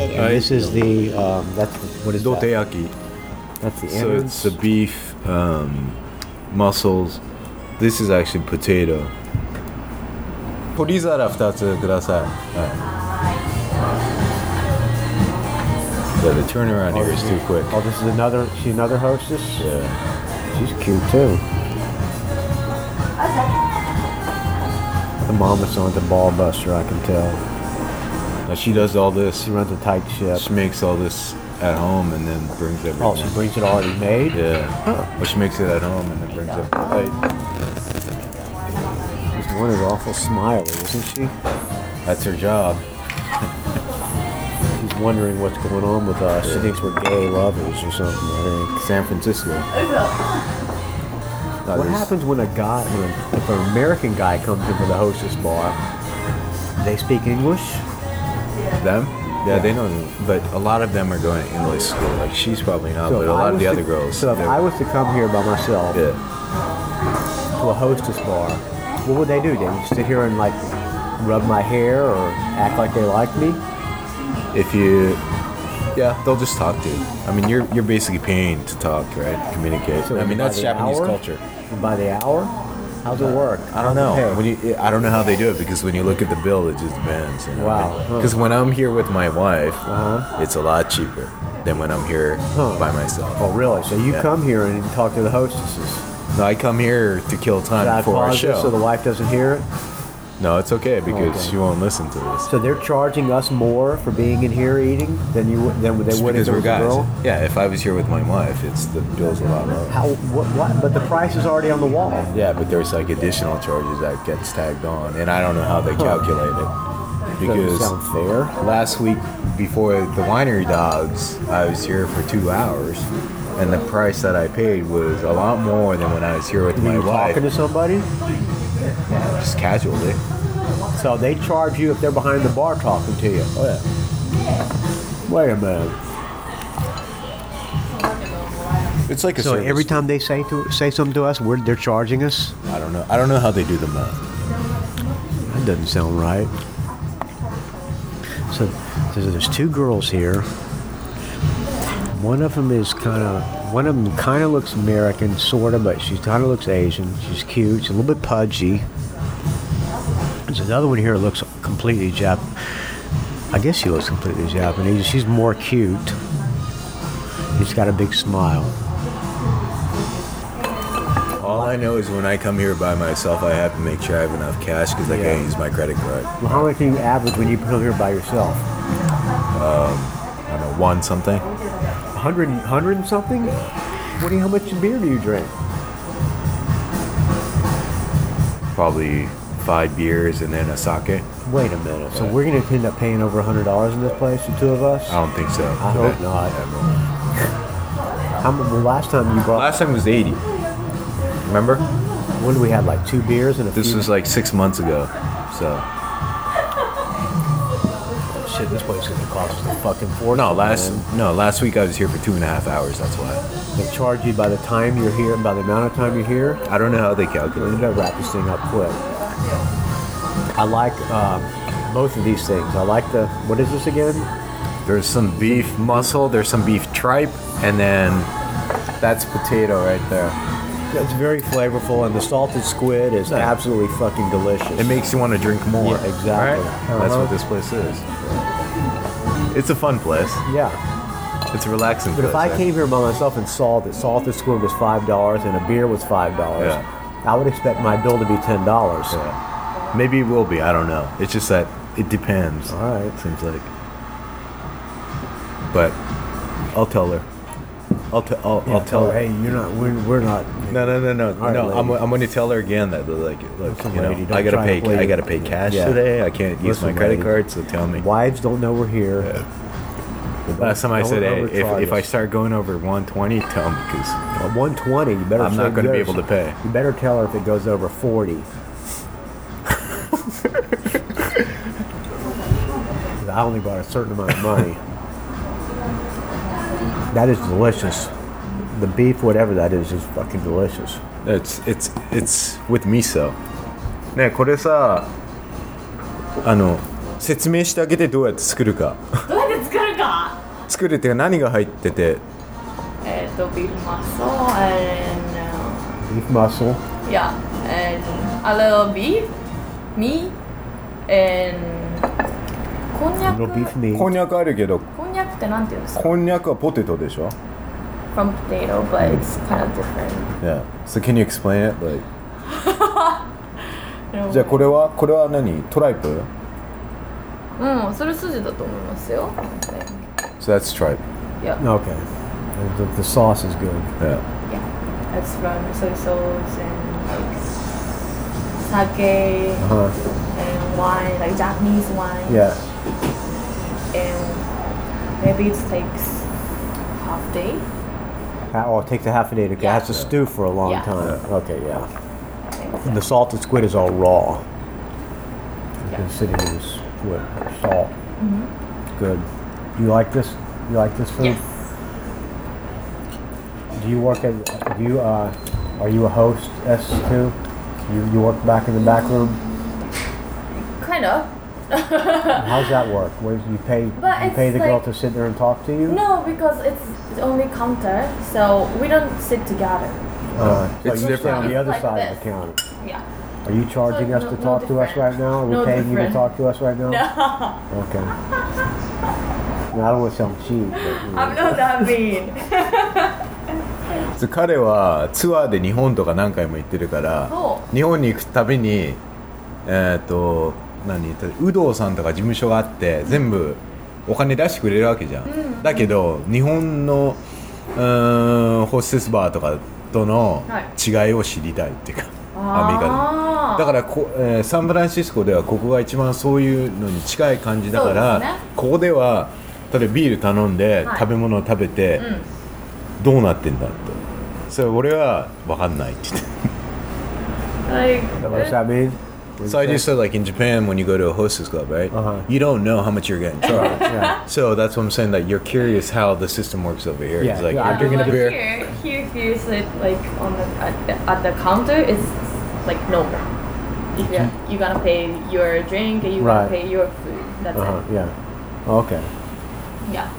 S13: And this is the um, that's the, what is that?
S2: Doteyaki.
S1: That's the end.
S2: So it's the beef, um, mussels. This is actually potato. ポリ皿2つください。はい。Yeah, the turnaround here is too quick.
S1: Oh, this is another. She's another hostess. Yeah, she's cute too. The mama's on the ball buster, I can tell.
S2: Now she does all this.
S1: She runs a tight ship.
S2: She makes all this at home and then brings everything.
S1: Oh, she brings it already made.
S2: yeah. Well, she makes it at home and then brings it. Hey,
S1: This one is awful smiley, isn't she?
S2: that's her job.
S1: She's wondering what's going on with us. She thinks we're gay lovers or something. I think.
S2: San Francisco. Now
S1: What
S2: there's-
S1: happens when a guy, when a, if an American guy comes into the hostess bar? They speak English.
S2: Them? Yeah, they know, but a lot of them are going to English school. Like she's probably not, but
S1: if
S2: a
S1: I
S2: lot of
S1: was
S2: the
S1: to-
S2: other girls.
S1: So if
S2: they're-
S1: I was to come here by myself,
S2: yeah.
S1: to a hostess bar, what would they do? They would sit here and like rub my hair or act like they like me?
S2: If you, yeah, they'll just talk to you. I mean, you're you're basically paying to talk, right? Communicate. I mean,
S1: by
S2: that's
S1: the
S2: Japanese
S1: hour?
S2: culture.
S1: By the hour? How's it work?
S2: Uh, I don't know.
S1: Hey.
S2: When you, I don't know how they do it because when you look at the bill, it just depends. You know?
S1: Wow. Uh-huh.
S2: Because when I'm here with my wife, it's a lot cheaper than when I'm here by myself.
S1: Oh, really? So you
S2: Yeah.
S1: come here and talk to the hostesses.
S2: No, I come here to kill time
S1: Should I
S2: for our
S1: pause
S2: show.
S1: this so the wife doesn't hear it?
S2: no, it's okay because
S1: Okay.
S2: she won't listen to this.
S1: So they're charging us more for being in here eating than you would- than they
S2: It's
S1: would if
S2: because
S1: it
S2: we're
S1: was a
S2: guys.
S1: girl.
S2: Yeah, if I was here with my wife, it's the bill's a lot lower.
S1: How? What, what? But the price is already on the wall.
S2: Yeah, but there's like additional charges that gets tagged on, and I don't know how they calculate it
S1: Doesn't
S2: because
S1: sound fair.
S2: last week before the winery dogs, I was here for two hours, and the price that I paid was a lot more than when I was here with my
S1: you talking to
S2: wife,
S1: somebody?
S2: just casually.
S1: So they charge you if they're behind the bar talking to you.
S2: Oh
S1: Wait a minute.
S2: yeah, it's like a
S1: So
S2: service.
S1: every time they say to say something to us, we're, they're charging us.
S2: I don't know. I don't know how they do the math.
S1: That doesn't sound right. So, so there's two girls here. One of them is kind of one of them kind of looks American, sort of, but she kind of looks Asian. She's cute. She's a little bit pudgy. There's another one here that looks completely Jap. I guess she looks completely Japanese. She's more cute. She's got a big smile.
S2: All I know is when I come here by myself, I have to make sure I have enough cash because I can't use my credit card.
S1: Well, how much can you average when you come here by yourself?
S2: I don't know one something.
S1: 100, 100 and something? What do you, how much beer do you drink?
S2: probably five beers and then a sake.
S1: Wait a minute. So we're going to end up paying over $100 in this place, the two of us?
S2: I don't think so.
S1: I hope not. How mu- the last time you brought,
S2: Last time was 80. Remember?
S1: when did we have like two beers and a
S2: This
S1: few?
S2: was like six months ago. So
S1: shit, this place is going to cost us a fucking fortune.
S2: no, last
S1: man.
S2: no last week I was here for two and a half hours. That's why.
S1: They charge you by the time you're here and by the amount of time you're here.
S2: I don't know how they
S1: We
S2: calculate.
S1: better wrap this thing up quick. I like um, both of these things. I like the, what is this again?
S2: There's some beef muscle. There's some beef tripe, and then that's potato right there.
S1: It's very flavorful, and the salted squid is absolutely fucking delicious.
S2: It makes you want to drink more.
S1: Yeah, exactly.
S2: That's
S1: Uh-huh.
S2: what this place is. It's a fun place.
S1: yeah,
S2: It's a relaxing.
S1: but if I
S2: place,
S1: came here by myself and saw that salted squid was five dollars and a beer was five dollars,
S2: Yeah.
S1: I would expect my bill to be ten dollars.
S2: Yeah. Maybe it will be. I don't know. It's just that it depends.
S1: All right.
S2: Seems like. But I'll tell her. I'll, t- I'll, I'll tell her.
S1: oh, hey, you're not, we're, we're not.
S2: No, no, no, no,
S1: right,
S2: no. I'm,
S1: lady.
S2: I'm going to tell her again that like, look,
S1: Listen,
S2: you know,
S1: lady, don't
S2: I gotta
S1: try to
S2: pay.
S1: play-
S2: I gotta pay cash
S1: Yeah.
S2: today. I can't use my
S1: Listen,
S2: credit
S1: lady.
S2: card. So tell me.
S1: Wives don't know we're here.
S2: Last time I
S1: Don't
S2: said, hey,
S1: ever try
S2: if, if I
S1: this.
S2: start going over 120, tell me because
S1: At 120, you better.
S2: I'm not
S1: say-
S2: gonna be
S1: you better-
S2: able to pay.
S1: You better tell her if it goes over 40. I only brought a certain amount of money. that is delicious. The beef, whatever that is, is fucking delicious.
S2: It's it's it's with miso. ねえこれさあの説明してあげてどうやって作るか
S15: どうやって作るか
S2: 作るっていうか何が入ってて
S15: えっと、ビーフマッソー
S1: Beef muscle.
S15: and yeah and a little beef meat and こんにゃ
S1: Little beef
S15: く
S1: meat.
S2: こんにゃくあるけど
S15: こんにゃくってなんていうんですか
S2: こんにゃくはポテトでしょ
S15: from potato but it's kind of different
S2: Yeah So can you explain it? Like じゃあこれはこれは何トライプ
S15: うんそれ筋だと思いますよ
S2: So that's tripe
S15: Yeah
S1: Okay. The, the sauce is good.
S2: Yeah
S15: yeah that's from soy sauce and like sake
S1: Huh.
S15: and wine like Japanese wine
S1: Uh-huh. Yeah.
S15: and maybe it takes half day.
S1: Oh, it takes a half a day to
S15: Yeah.
S1: It has to stew for a long
S15: Yeah.
S1: time. Okay, yeah.
S15: I think.
S1: And the salted squid is all raw. It's been sitting in the squid salt. Good. You like this? You like this food?
S15: Mm-hmm. Yes.
S1: Do you work at? Do you uh, are you a host? S two. You you work back in the back room.
S15: Kind of.
S1: How's that work? Where you pay
S15: But
S1: you pay
S15: it's
S1: the girl
S15: like-
S1: to sit there and talk to you?
S15: No, because it's the only counter, so we don't sit together.
S1: Uh, so
S2: It's
S1: you
S2: different.
S1: on the other
S15: Like
S1: side of
S15: this.
S1: the counter.
S15: Yeah.
S1: Are you charging
S15: So
S1: us
S15: no-
S1: to
S15: no
S1: talk to us
S15: different.
S1: right now? Are we
S15: No
S1: paying you to
S15: different.
S1: talk to us right now?
S15: No,
S1: Okay. I don't want to sound cheap. But, you know.
S15: I'm not that mean.
S2: そう彼はツアーで日本とか何回も行ってるから
S15: そ
S2: 日本に行くたびにえっ、と何有働さんとか事務所があって全部お金出してくれるわけじゃん、だけど日本のうーんホステスバーとかとの違いを知りたいっていうか、アメリカ
S15: あ
S2: で
S15: ー
S2: だからこ、えーサンフランシスコではここが一番そういうのに近い感じだか
S15: そ
S2: ら、
S15: うですね
S2: ここでは例えばビール頼んで、
S15: はい
S2: 食べ物を食べて、どうなってんだってそれ俺は分かんないって言って
S15: Like,
S1: What does that mean?
S2: So I just said, like in Japan, when you go to a hostess club, right?
S1: Uh-huh.
S2: You don't know how much you're getting charged. So that's what I'm saying. That you're curious how the system works over here.
S1: Yeah,
S2: it's like
S1: yeah, I'm
S2: you're drinking a
S15: but
S2: beer.
S15: Here, here, if you sit like on the at, the at the counter, it's like normal. If you
S2: Mm-hmm.
S15: you gonna pay your drink, you
S1: Right.
S15: gonna pay your food. That's
S1: Uh-huh, yeah. Okay.
S15: it. Yeah.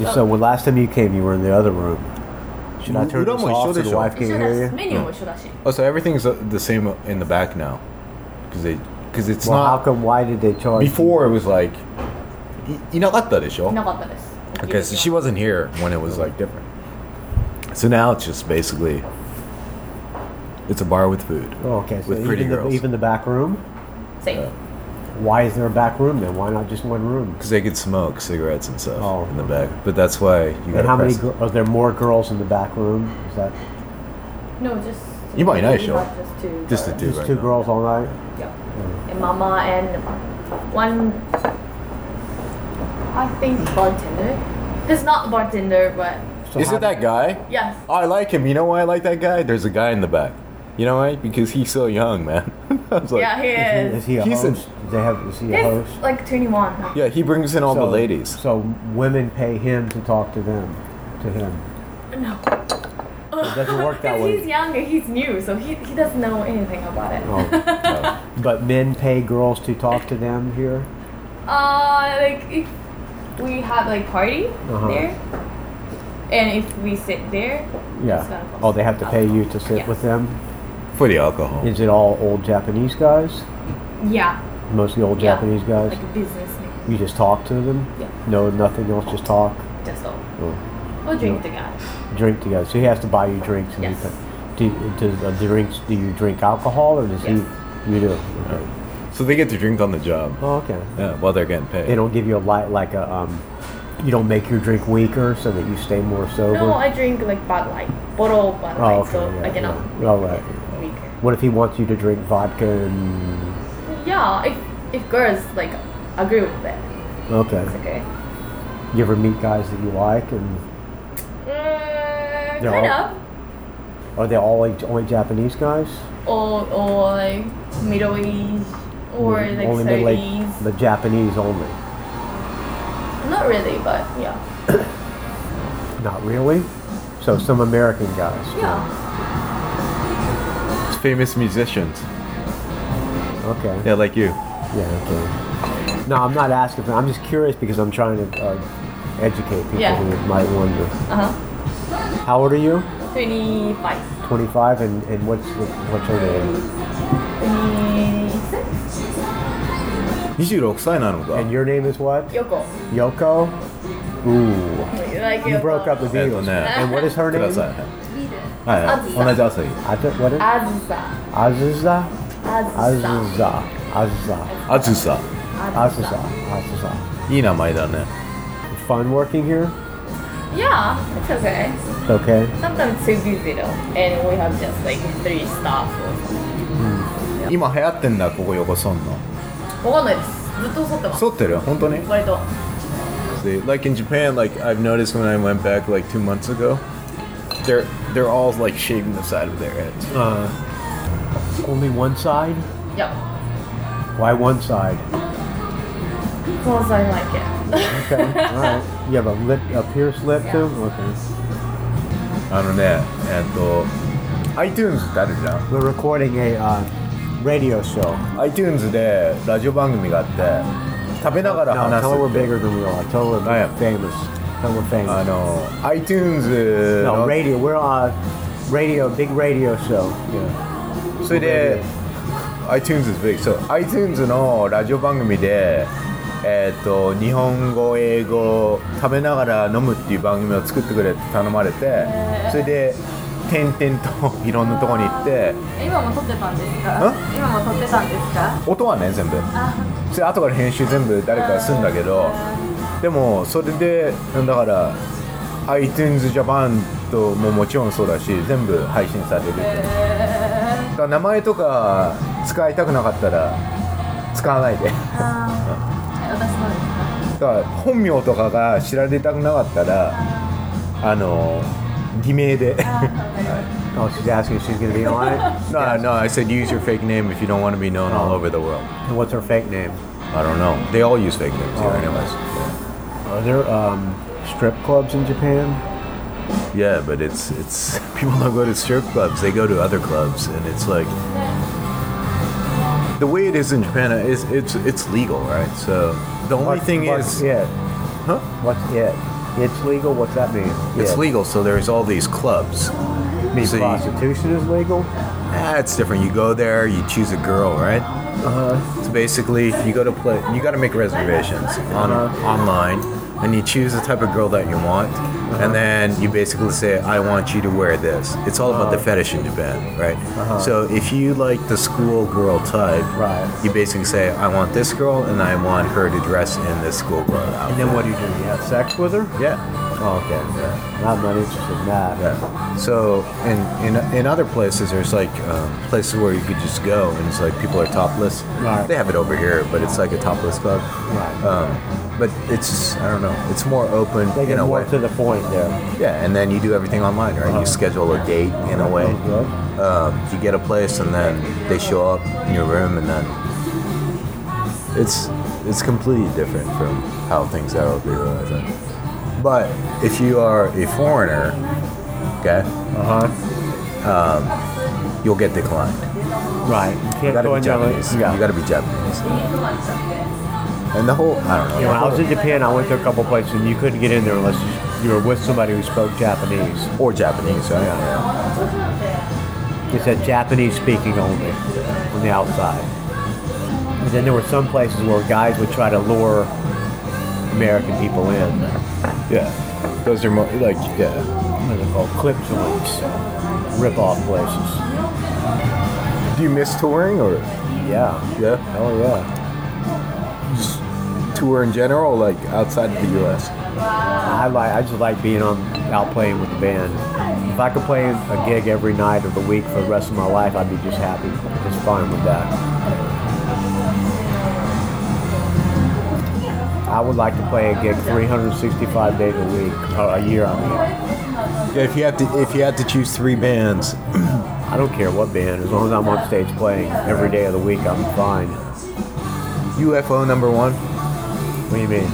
S1: Just so when last time you came, you were in the other room. Should I turn
S2: Udo
S1: this
S2: mo
S1: off
S2: isho
S1: so the
S2: desho.
S1: wife can't hear you?
S15: メニューも一緒だし。
S2: Oh, so everything's uh, the same in the back now, because they, because it's
S1: Well, how
S2: not.
S1: come? Why did they charge?
S2: Before it was like, you know what that is,
S15: いなかったです。
S2: Okay, so she wasn't here when it was like different. So now it's just basically, it's a bar with food.
S1: Oh, okay. So
S2: With
S1: even
S2: pretty
S1: the,
S2: girls.
S1: even the back room.
S15: Same.
S1: Why is there a back room then? Why not just one room?
S2: Because they could smoke cigarettes and stuff
S1: Oh.
S2: in the back. But that's why you got
S1: And how many?
S2: press.
S1: Gr- are there more girls in the back room? Is that
S15: No, just.
S2: You might know,
S15: we
S2: sure.
S15: have Just two.
S2: Just Mm-hmm. the dude
S1: just
S2: right
S1: two
S2: now.
S1: girls all night?
S15: Yeah. And mama and one. I think bartender. It's not bartender, but
S1: So
S2: Is
S1: how-
S2: it that guy? Oh,
S15: yes.
S2: I like him. You know why I like that guy? There's a guy in the back. You know why? Because he's so young, man. I was like,
S15: yeah, he
S1: Is he,
S15: is.
S1: is he a
S2: He's a-
S1: host? Do they have? Is he a host?
S15: He's like 21. now.
S2: yeah, he brings in all the
S1: So-
S2: ladies.
S1: So women pay him to talk to them, to him.
S15: No.
S1: It doesn't work that
S15: Because he's
S1: way.
S15: young and he's new, so he, he doesn't know anything about it.
S1: Oh.
S2: uh,
S1: But men pay girls to talk to them here.
S15: Uh, like if we have like party
S1: Uh-huh.
S15: there, and if we sit there, it's
S1: Yeah.
S15: gonna cost.
S1: Oh, they have to pay you to sit
S15: Yeah.
S1: with them.
S2: For the alcohol.
S1: Is it all old Japanese guys?
S15: Yeah.
S1: Mostly old
S15: yeah.
S1: Japanese guys.
S15: Like a businessman,
S1: You just talk to them.
S15: Yeah.
S1: No, nothing else. Just talk.
S15: just all.
S1: Oh.
S15: We'll drink together.
S1: drink together. So he has to buy you drinks. And
S15: Yes.
S1: you pay. Do, does the drinks? Do you drink alcohol or does
S15: Yes.
S1: he? You do. Okay.
S2: So they get to drink on the job.
S1: Oh, okay.
S2: Yeah, while they're getting
S1: They
S2: paid.
S1: don't give you a light like a. Um, you don't make your drink weaker so that you stay more sober.
S15: No, I drink like Bud Light, bottle Bud Light,
S1: oh, okay.
S15: so
S1: yeah,
S15: I cannot
S1: yeah. All right.
S15: weaker.
S1: What if he wants you to drink vodka and?
S15: Yeah, if if girls like agree with that,
S1: Okay.
S15: it's okay.
S1: You ever meet guys that you like and
S15: Mm,
S1: They're
S15: kind
S1: all-
S15: of.
S1: are they all like only Japanese guys?
S15: or or like middle age or like
S1: only middle
S15: thirties.
S1: age, but Japanese only.
S15: Not really, but yeah,
S1: Not really. So some American guys.
S15: Mm-hmm. yeah.
S2: It's famous musicians.
S1: Okay.
S2: Yeah, like you.
S1: Yeah, okay. No, I'm not asking for I'm just curious because I'm trying to uh, educate people
S15: Yeah.
S1: who might wonder.
S15: Uh huh.
S1: How old are you?
S15: Twenty five.
S1: 25, and, and what's what's your name?
S15: Twenty six.
S2: 26歳なのか。
S1: And your name is what?
S15: Yoko.
S1: Yoko? Ooh.
S15: Like
S1: You
S15: Yoko.
S1: broke up the
S2: Yeah,
S1: Beatles.
S2: no.
S1: And what is her
S2: くだ
S1: name?
S2: さい。はいはい。同じ朝日。
S1: I th- what is
S15: Azusa.
S1: Azusa?
S15: Azusa.
S1: Azusa. Azusa.
S2: あず
S1: Azusa.
S2: さ。
S1: Azusa.
S2: いい名前だね。
S1: Fun working here?
S15: Yeah, it's okay.
S1: It's okay.
S15: Sometimes it's too busy though, and we have just like three staff.
S2: 今流行ってんだここ横そんの。
S15: わかんないです。ずっと剃ってます。
S2: 剃ってる本当に
S15: 割と。
S2: See, like in Japan, like I've noticed when I went back like two months ago, they're they're all like shaving the side of their heads.
S1: Uh, Only one side?
S15: Yeah.
S1: Why one side?
S15: Cause I like it.
S1: Okay. All right. You have a lip, a pierced lip too? Okay.
S2: あのね、えっと iTunes ってあるじゃん。
S1: We're recording a uh, radio show.
S2: iTunes でラジオ番組があって食べながら
S1: No, Uh,
S2: 話
S1: tell her we're
S2: すって。
S1: bigger than we are. Tell her we're
S2: I am.
S1: famous. Tell her we're famous.
S2: あの iTunes
S1: no,
S2: の
S1: radio. We're on radio, big radio show. Yeah.
S2: それで iTunes is big そう iTunes のラジオ番組でえっと日本語英語食べながら飲むっていう番組を作ってくれって頼まれてそれで点々といろんなとこに行って
S4: 今も撮ってたんです
S2: ん
S4: か今も撮ってたんですか
S2: 音はね全部それ後から編集全部誰かがするんだけどでもそれでだから iTunes Japan とももちろんそうだし全部配信されるだから名前とか使いたくなかったら使わないでだから本名とかが知られたくなかったらあの
S16: 偽名で
S1: Oh, she's asking if she's going to be on it?
S2: No, no, I said use your fake name if you don't want to be known all over the world.
S1: And what's her fake name?
S2: I don't know. They all use fake names here, anyways.
S1: Are there um, strip clubs in Japan?
S2: Yeah, but it's it's people don't go to strip clubs; they go to other clubs, and it's like the way it is in Japan is it's it's legal, right? So the only thing
S1: what's
S2: is
S1: it?
S2: Huh?
S1: What's it? It's legal? What's that mean?
S2: it's
S1: It.
S2: legal. So there's all these clubs.
S1: You mean
S2: so you-
S1: prostitution is legal?
S2: Ah, it's different. You go there, you choose a girl, right? Uh-huh. So basically, you go to play. You got to make reservations on online, and you choose the type of girl that you want, and then you basically say, "I want you to wear this." It's all about the fetish in Japan, right? So if you like the schoolgirl type,
S1: Right.
S2: you basically say, "I want this girl, and I want her to dress in this schoolgirl outfit."
S1: And then what do you do? You have sex with her?
S2: Yeah.
S1: Oh, okay. I'm not interested in that.
S2: Yeah. So in, in in other places, there's like um, places where you could just go, and it's like people are topless.
S1: Right.
S2: They have it over here, but it's like a topless club.
S1: Right.
S2: Um, but it's just, I don't know. It's more open
S1: They
S2: in
S1: get
S2: a
S1: more
S2: way.
S1: to the point there.
S2: yeah, and then you do everything online, right? You schedule a date in a way.
S1: Good.
S2: Um, you get a place, and then they show up in your room, and then it's it's completely different from how things are over here. I think. But if you are a foreigner, okay, uh-huh. um, you'll get declined.
S1: Right. You
S2: You
S1: can't
S2: gotta
S1: go
S2: be
S1: in there like-
S2: Japanese.
S1: Yeah.
S2: You gotta be Japanese. And the whole I don't know.
S1: Yeah, when I was in Japan, I went to a couple places and you couldn't get in there unless you- you were with somebody who spoke Japanese.
S2: or Japanese, right?
S1: It said Japanese speaking only on the outside. And then there were some places where guys would try to lure American people in.
S2: Yeah. Those are more like yeah.
S1: What are they called? Clip joints. Rip-off places.
S2: Do you miss touring or?
S1: Yeah.
S2: Yeah.
S1: Oh, yeah.
S2: Tour in general, like outside of the U.S.
S1: I like. I just like being on out playing with the band. If I could play a gig every night of the week for the rest of my life, I'd be just happy. Just fine with that. I would like to play a gig 365 days a week, or a year. I mean.
S2: Yeah, if you had to, if you had to choose three bands,
S1: I don't care what band, as long as I'm on stage playing every day of the week, I'm fine.
S2: UFO number one.
S1: What do you mean?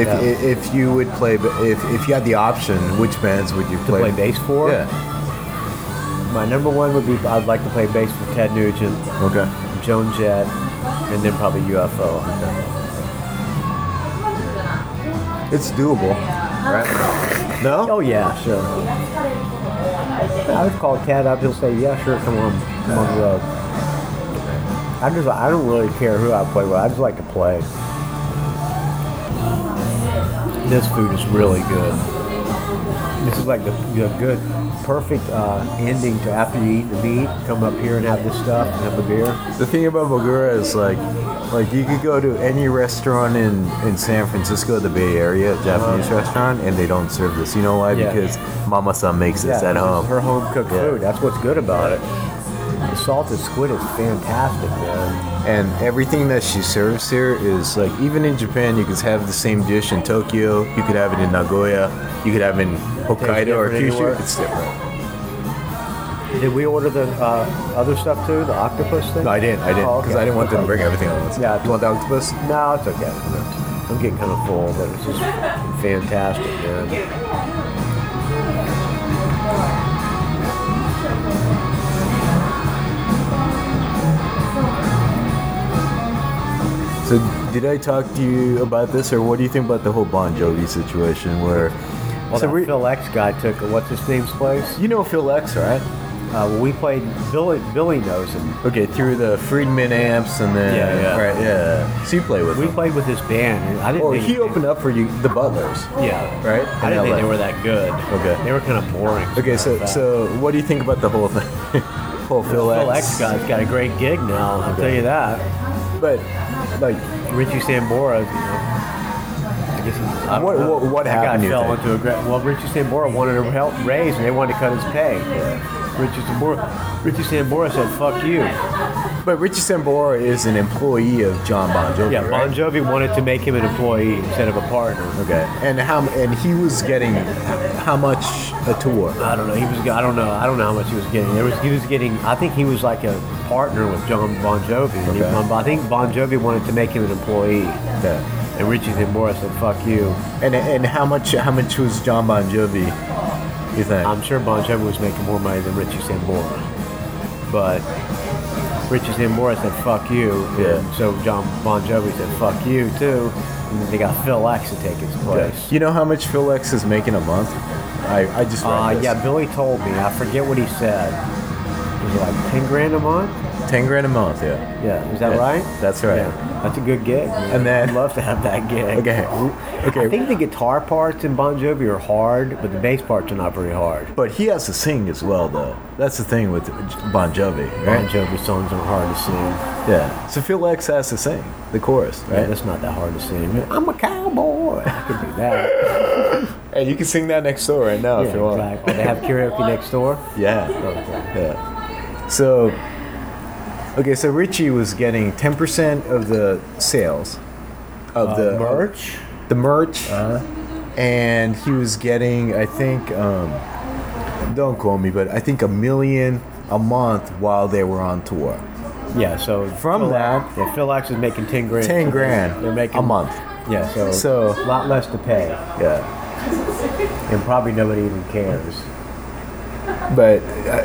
S2: If,
S1: Yeah.
S2: i if you would play, if, if you had the option, which bands would you
S1: to
S2: play?
S1: play bass for?
S2: Yeah.
S1: My number one would be I'd like to play bass for Ted Nugent,
S2: Okay.
S1: Joan Jett, and then probably UFO.
S2: It's doable. Right? No?
S1: Oh yeah, sure. I would call Ted up. He'll say, "Yeah, sure, come on, come on the road." I just I don't really care who I play with. I just like to play. This food is really good. This is like the, the good, perfect uh, ending to after you eat the meat. Come up here and have this stuff and have a beer.
S2: The thing about Bogura is like, like you could go to any restaurant in, in San Francisco, the Bay Area, a Japanese restaurant, and they don't serve this. You know why?
S1: Uh-huh. Yeah.
S2: Because Mama San makes this
S1: this
S2: at
S1: is
S2: home.
S1: Her home cooked
S2: Yeah.
S1: food. That's what's good about it. The salted squid is fantastic, man.
S2: and everything that she serves here is like even in Japan you could have the same dish in Tokyo, you could have it in Nagoya, you could have it in Hokkaido or
S1: different anywhere.
S2: Kyushu. It's different.
S1: Did we order the uh, other stuff too? The octopus thing?
S2: No, I didn't. I didn't
S1: Oh,
S2: because
S1: okay.
S2: I didn't want them to
S1: Okay.
S2: bring everything at once.
S1: Yeah.
S2: You want the octopus?
S1: No, it's okay. I'm getting kind of full, but it's just fantastic, man.
S2: So did I talk to you about this, or what do you think about the whole Bon Jovi situation? Where
S1: Well,
S2: so
S1: that
S2: we,
S1: Phil X guy took uh, what's his name's place.
S2: you know Phil X, right?
S1: Uh, well, we played Billy. Billy knows him.
S2: Okay, through the Friedman amps and then
S1: Yeah, yeah.
S2: right, yeah. So you play with
S1: We
S2: him,
S1: played with his band. And I didn't.
S2: or
S1: think
S2: Oh, he opened up for you, the Butlers,
S1: Yeah.
S2: right?
S1: I didn't
S2: In
S1: think
S2: LA.
S1: they were that good.
S2: Okay.
S1: They were kind of boring.
S2: Okay, so
S1: But, uh,
S2: so what do you think about the whole thing? whole Phil X.
S1: Phil X guy's got a great gig now. I'll tell you that.
S2: But like,
S1: Richie Sambora. You know, I guess he's, I don't
S2: What-
S1: know.
S2: what- what
S1: that Guy
S2: happened, you
S1: fell
S2: think?
S1: into a gra- well. Richie Sambora wanted a help raise, and they wanted to cut his pay. Richie Sambora. Richie Sambora said, "Fuck you."
S2: But Richie Sambora is an employee of John Bon Jovi.
S1: Yeah, Bon
S2: right?
S1: Jovi wanted to make him an employee instead of a partner.
S2: Okay. And how and he was getting how much a tour?
S1: I don't know. He was. I don't know. I don't know how much he was getting. There was. He was getting. I think he was like a partner with John Bon Jovi. And he-
S2: Okay.
S1: I think Bon Jovi wanted to make him an employee. And Richie Sambora said, "Fuck you."
S2: And and how much how much was John Bon Jovi? You think?
S1: I'm sure Bon Jovi was making more money than Richie Sambora, but Richie Sambora said, "Fuck you."
S2: Yeah.
S1: And so John Bon Jovi said, "Fuck you too," and then they got Phil X to take his place.
S2: You know how much Phil X is making a month? I, I just read
S1: Uh,
S2: this.
S1: yeah, Billy told me. I forget what he said. Was it like ten grand a month?
S2: ten grand a month. Yeah.
S1: Yeah, is that
S2: Yeah,
S1: right?
S2: That's right.
S1: Yeah, that's a good gig. man.
S2: And then-
S1: I'd love to have that gig.
S2: Okay.
S1: Okay. I think the guitar parts in Bon Jovi are hard, but the bass parts are not very hard.
S2: But he has to sing as well, though. That's the thing with Bon Jovi,
S1: Bon
S2: right?
S1: Jovi songs are hard to sing.
S2: Yeah. So Phil X has to sing the chorus,
S1: Yeah,
S2: right?
S1: that's not that hard to sing. I'm a cowboy. I could do that.
S2: Hey, you can sing that next door right now
S1: yeah,
S2: if you want.
S1: exactly. They have karaoke next door.
S2: Yeah. Yeah. So, okay, so Richie was getting 10% of the sales of the
S1: Uh, merch? Uh-huh.
S2: The merch. And he was getting, I think, um, don't call me, but I think a million a month while they were on tour.
S1: Yeah. So
S2: From
S1: Phil-
S2: that-
S1: yeah, Phil X is making ten grand.
S2: 10 grand
S1: They're making Oh.
S2: a month.
S1: Yeah. So
S2: So-
S1: a lot less to pay,
S2: Yeah.
S1: and probably nobody even cares.
S2: But I,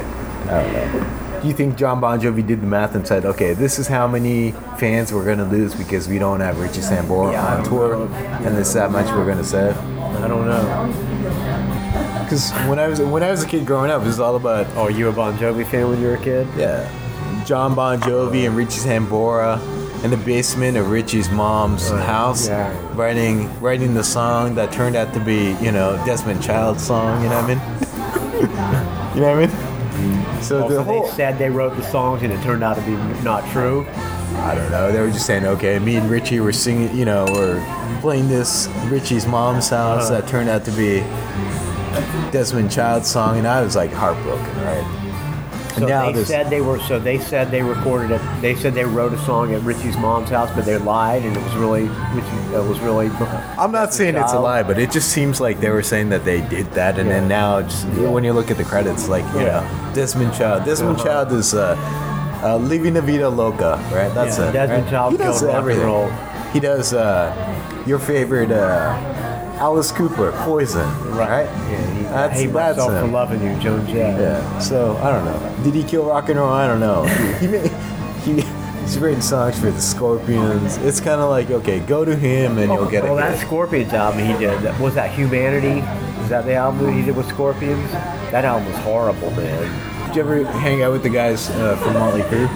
S2: I don't know. Do you think John Bon Jovi did the math and said, "Okay, this is how many fans we're gonna lose because we don't have Richie Sambora
S1: Yeah, I
S2: on
S1: don't
S2: tour,
S1: know.
S2: and this that much we're gonna sell"?
S1: I don't know.
S2: Because when I was when I was a kid growing up, it was all about
S1: Oh, you a Bon Jovi fan when you were a kid?
S2: yeah, John Bon Jovi and Richie Sambora in the basement of Richie's mom's house,
S1: yeah.
S2: writing writing the song that turned out to be you know Desmond Child's song. You know what I mean? you know what I mean? So
S1: Also, Oh, they said they wrote the songs and it turned out to be not true.
S2: I don't know. They were just saying, okay, me and Richie were singing, you know, or playing this Richie's mom's house
S1: Uh-huh.
S2: that turned out to be a Desmond Child song, and I was like heartbroken, right? And
S1: So
S2: now
S1: they
S2: this,
S1: said they were. So they said they recorded it. They said they wrote a song at Richie's mom's house, but they lied, and it was really Richie. It was really.
S2: I'm not saying it's a
S1: Child.
S2: lie, but it just seems like they were saying that they did that, and then now just when you look at the credits, like you know, Desmond Child,
S1: Uh-huh.
S2: Desmond Child is uh, uh, Living La Vida Loca, right? That's
S1: Yeah,
S2: it.
S1: Desmond
S2: right?
S1: Child
S2: he does
S1: killed rock and
S2: everything.
S1: roll.
S2: He does uh, your favorite uh, Alice Cooper, Poison, right?
S1: Yeah, he, I
S2: that's
S1: hate
S2: that's
S1: myself for
S2: him.
S1: loving you, Joan Jett.
S2: Yeah. So I don't know. Did he kill rock and roll? I don't know. he, ma- he he's written songs for the Scorpions. It's kind of like okay, go to him and you'll get
S1: Oh, well,
S2: it.
S1: that Scorpions album he did that- was that Humanity. Is that the album that he did with Scorpions? That album was horrible, man.
S2: Did you ever hang out with the guys uh, from Motley Crue?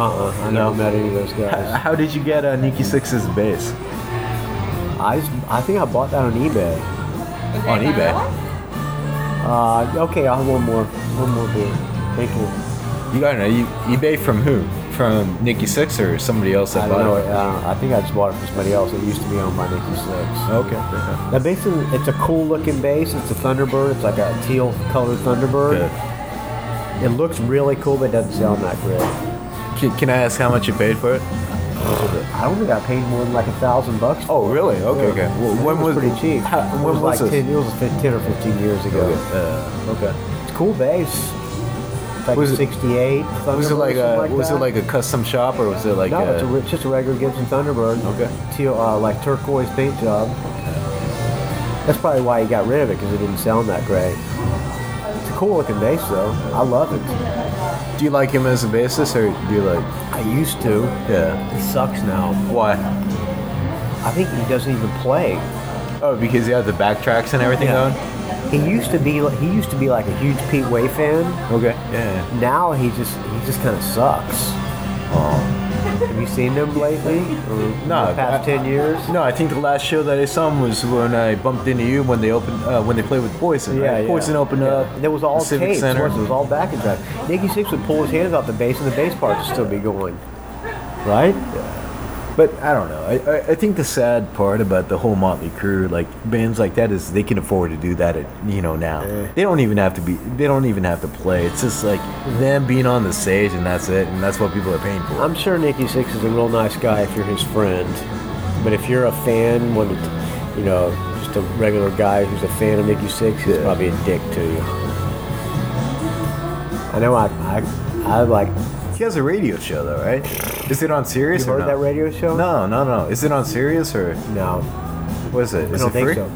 S1: Uh-uh, I never met any of those guys.
S2: How did you get uh, Nikki Six's bass
S1: I, s- I think I bought that on eBay.
S2: on eBay?
S1: Uh, okay, I'll have one more, one more beer. Thank you.
S2: You got to know you eBay from who? From Nikki Six or somebody else
S1: I
S2: that
S1: don't
S2: bought
S1: know.
S2: it?
S1: Uh, I think I just bought it from somebody else. It used to be owned by Nikki Six.
S2: Okay.
S1: Now, basically, it's a cool looking bass. It's a Thunderbird. It's like a teal colored Thunderbird. It looks really cool, but it doesn't sound that great.
S2: Can, can I ask how much you paid for it?
S1: I don't think I paid more than like a thousand bucks.
S2: Oh, really? Okay, okay. Well,
S1: It
S2: when
S1: was,
S2: was
S1: pretty cheap?
S2: How,
S1: It
S2: when was,
S1: like
S2: this?
S1: 10, it was fif- 10 or 15 years ago.
S2: Uh, okay.
S1: It's a cool bass. It's like
S2: Was it-
S1: 68.
S2: Was it
S1: Thunderbird,
S2: like
S1: something
S2: a was it
S1: that.
S2: like a custom shop or was it like
S1: No,
S2: a,
S1: it's, a, re- it's just a regular Gibson Thunderbird.
S2: Okay.
S1: Teal, uh, like turquoise paint job. That's probably why he got rid of it because it didn't sound that great. It's a cool looking bass though. I love it.
S2: Do you like him as a bassist or do you like
S1: I used to.
S2: yeah?
S1: It sucks now.
S2: Why?
S1: I think he doesn't even play.
S2: Oh, because you have the backtracks and everything
S1: He used to be. li- He used to be like a huge Pete Way fan.
S2: going. Okay. Yeah.
S1: Now he just he just kind of sucks. Have you seen him lately? Or
S2: No,
S1: The past
S2: I-
S1: ten years.
S2: No, I think the last show that I saw him was when I bumped into you when they opened uh, when they played with Poison.
S1: Yeah,
S2: right?
S1: yeah.
S2: Poison opened
S1: Yeah.
S2: up.
S1: It was all
S2: the Civic
S1: tapes.
S2: Center.
S1: wasn't It? it was all back and back. Nikki Six would pull his hands off the bass, and the bass part would still be going. Right?
S2: But I don't know. I, I, I think the sad part about the whole Motley Crew, like bands like that, is they can afford to do that. At, you know now they don't even have to be. They don't even have to play. It's just like them being on the stage, and that's it. And that's what people are paying for.
S1: I'm sure Nikki Six is a real nice guy if you're his friend, but if you're a fan, one, of the- you know, just a regular guy who's a fan of Nikki Six, he's probably a dick to you. I know. I I, I like.
S2: He has a radio show though, right? Is it on Sirius?
S1: You
S2: or
S1: heard
S2: no?
S1: that radio show?
S2: No, no, no. Is it on Sirius or
S1: No,
S2: what is it? Is
S1: I don't
S2: it
S1: think
S2: free?
S1: so.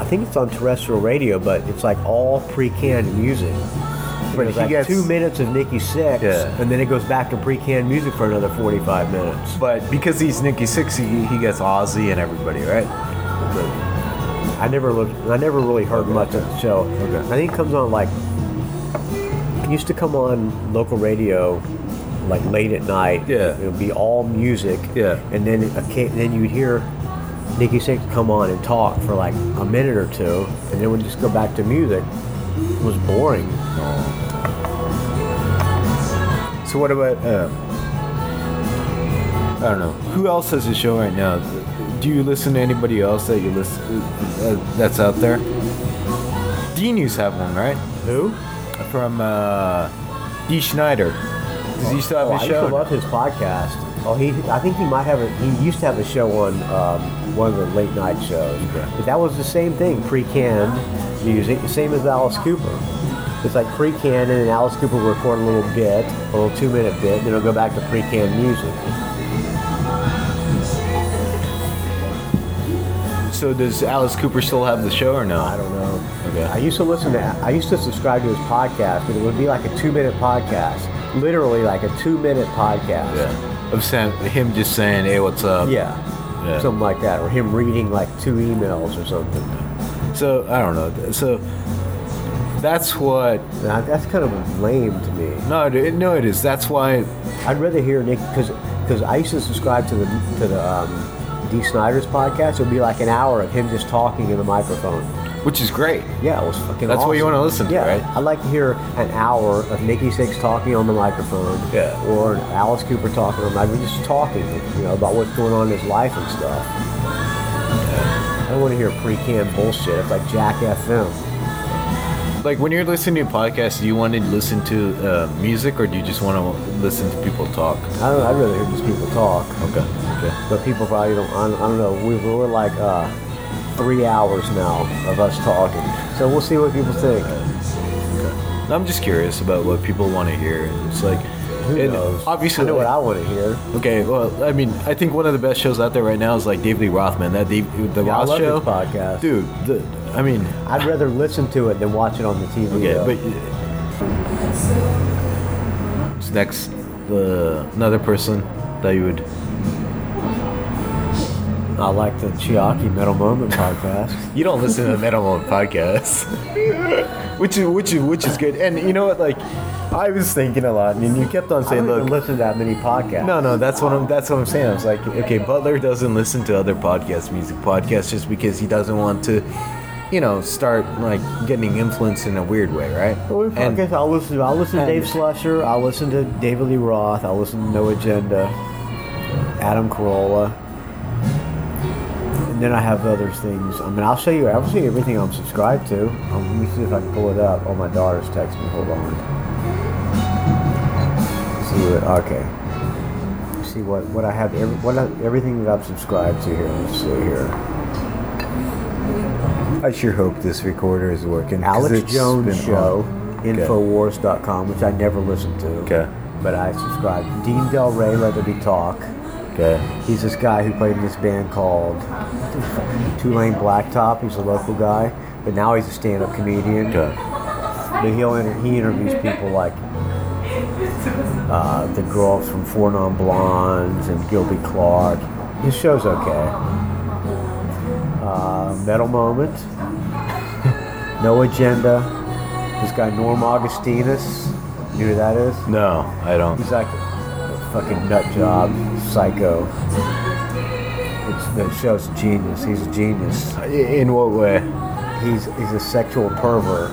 S1: I think it's on terrestrial radio, but it's like all pre-canned music.
S2: But
S1: But it's
S2: he
S1: like
S2: gets-
S1: two minutes of Nikki Six,
S2: Yeah.
S1: and then it goes back to pre-canned music for another 45 minutes.
S2: But because he's Nikki Six, he, he gets Ozzy and everybody, right?
S1: I never looked. I never really heard much of the show.
S2: Okay.
S1: I think it comes on like. It used to come on local radio, like late at night.
S2: Yeah.
S1: It would be all music.
S2: Yeah.
S1: And then it, ca- then you'd hear Nikki Six come on and talk for like a minute or two, and then we'd just go back to music. It was boring.
S2: So what about? Uh, I don't know. Who else has a show right now? Do you listen to anybody else that you listen uh, that's out there? D News have one, right?
S1: Who?
S2: From uh, D Schneider. Does he still have
S1: Oh,
S2: his
S1: I used
S2: show?
S1: to love his podcast. Oh, he. I think he might have a. He used to have a show on um, one of the late night shows. But that was the same thing, pre-canned music, the same as Alice Cooper. It's like pre-canned, and then Alice Cooper will record a little bit, a little two-minute bit, and then it'll go back to pre-canned music.
S2: So does Alice Cooper still have the show or no?
S1: I don't know.
S2: Okay.
S1: I used to listen to. I used to subscribe to his podcast, but it would be like a two-minute podcast, literally like a two-minute podcast.
S2: Yeah. Of Sam, him just saying, "Hey, what's up?"
S1: Yeah.
S2: Yeah.
S1: Something like that, or him reading like two emails or something.
S2: So I don't know. So that's what.
S1: Now, that's kind of lame to me.
S2: No, it, no, it is. That's why.
S1: I'd rather hear Nick because I used to subscribe to the to the um, D. Snyder's podcast. It would be like an hour of him just talking in the microphone.
S2: Which is great.
S1: Yeah, it was fucking.
S2: That's what you
S1: awesome.
S2: wanna listen to,
S1: yeah,
S2: right?
S1: I'd like to hear an hour of Nikki Six talking on the microphone.
S2: Yeah.
S1: Or Alice Cooper talking on the microphone, just talking, you know, about what's going on in his life and stuff. I don't want to hear pre-canned bullshit. It's like Jack FM.
S2: Like when you're listening to podcasts, do you want to listen to uh, music or do you just want to listen to people talk?
S1: I don't. I'd rather hear just people talk.
S2: Okay. Okay.
S1: But people probably don't. I don't, I don't know. We, we're like uh, three hours now of us talking, so we'll see what people think.
S2: I'm just curious about what people want to hear. It's like,
S1: Who
S2: and
S1: knows?
S2: obviously,
S1: I know what I want to hear.
S2: Okay, well, I mean, I think one of the best shows out there right now is like David Lee Roth, man. That Dave, the
S1: Yeah, I
S2: Roth
S1: love his
S2: show,
S1: podcast.
S2: dude. The, I mean,
S1: I'd rather listen to it than watch it on the TV.
S2: Okay,
S1: though.
S2: but Who's next, the another person that you would.
S1: I like the Chiaki Metal Moment podcast.
S2: You don't listen to the Metal Mode podcast, which is which is which is good. And you know what? Like, I was thinking a lot, and you kept on
S1: I
S2: saying,
S1: don't even
S2: "Look."
S1: listen to that many podcasts.
S2: No, no, that's what I'm. That's what I'm saying. I was like, okay, Butler doesn't listen to other podcast music podcasts just because he doesn't want to, you know, start like getting influenced in a weird way, right?
S1: Well, we- I
S2: And-
S1: guess I'll listen. I'll listen to
S2: and-
S1: Dave Slusher. I'll listen to David Lee Roth. I'll listen to No Agenda, Adam Carolla, and then I have other things. I mean, I'll show you. I'll show you everything I'm subscribed to. Um, let me see if I can pull it up. Oh, my daughter's texting me. Hold on. See what? Okay. See what? What I have? Every, what I, everything that I've subscribed to here. Let's see here.
S2: I sure hope this recorder is working. 'cause
S1: Alex
S2: it's
S1: Jones
S2: been
S1: Show,
S2: on.
S1: Infowars.com, which I never listened to.
S2: Okay.
S1: But I subscribe. Dean Del Rey, Leatherby Talk.
S2: Okay.
S1: He's this guy who played in this band called Tulane Blacktop. He's a local guy, but now he's a stand-up comedian.
S2: Okay.
S1: But he'll inter- he interviews people like uh, the girl from Four Non Blondes and Gilby Clark. His show's okay. Uh, Metal Moment, No Agenda. This guy Norm Augustinus, you know who that is?
S2: No, I don't.
S1: He's like a fucking nut job, psycho. It's, the show's genius. He's a genius.
S2: In what way?
S1: He's he's a sexual pervert.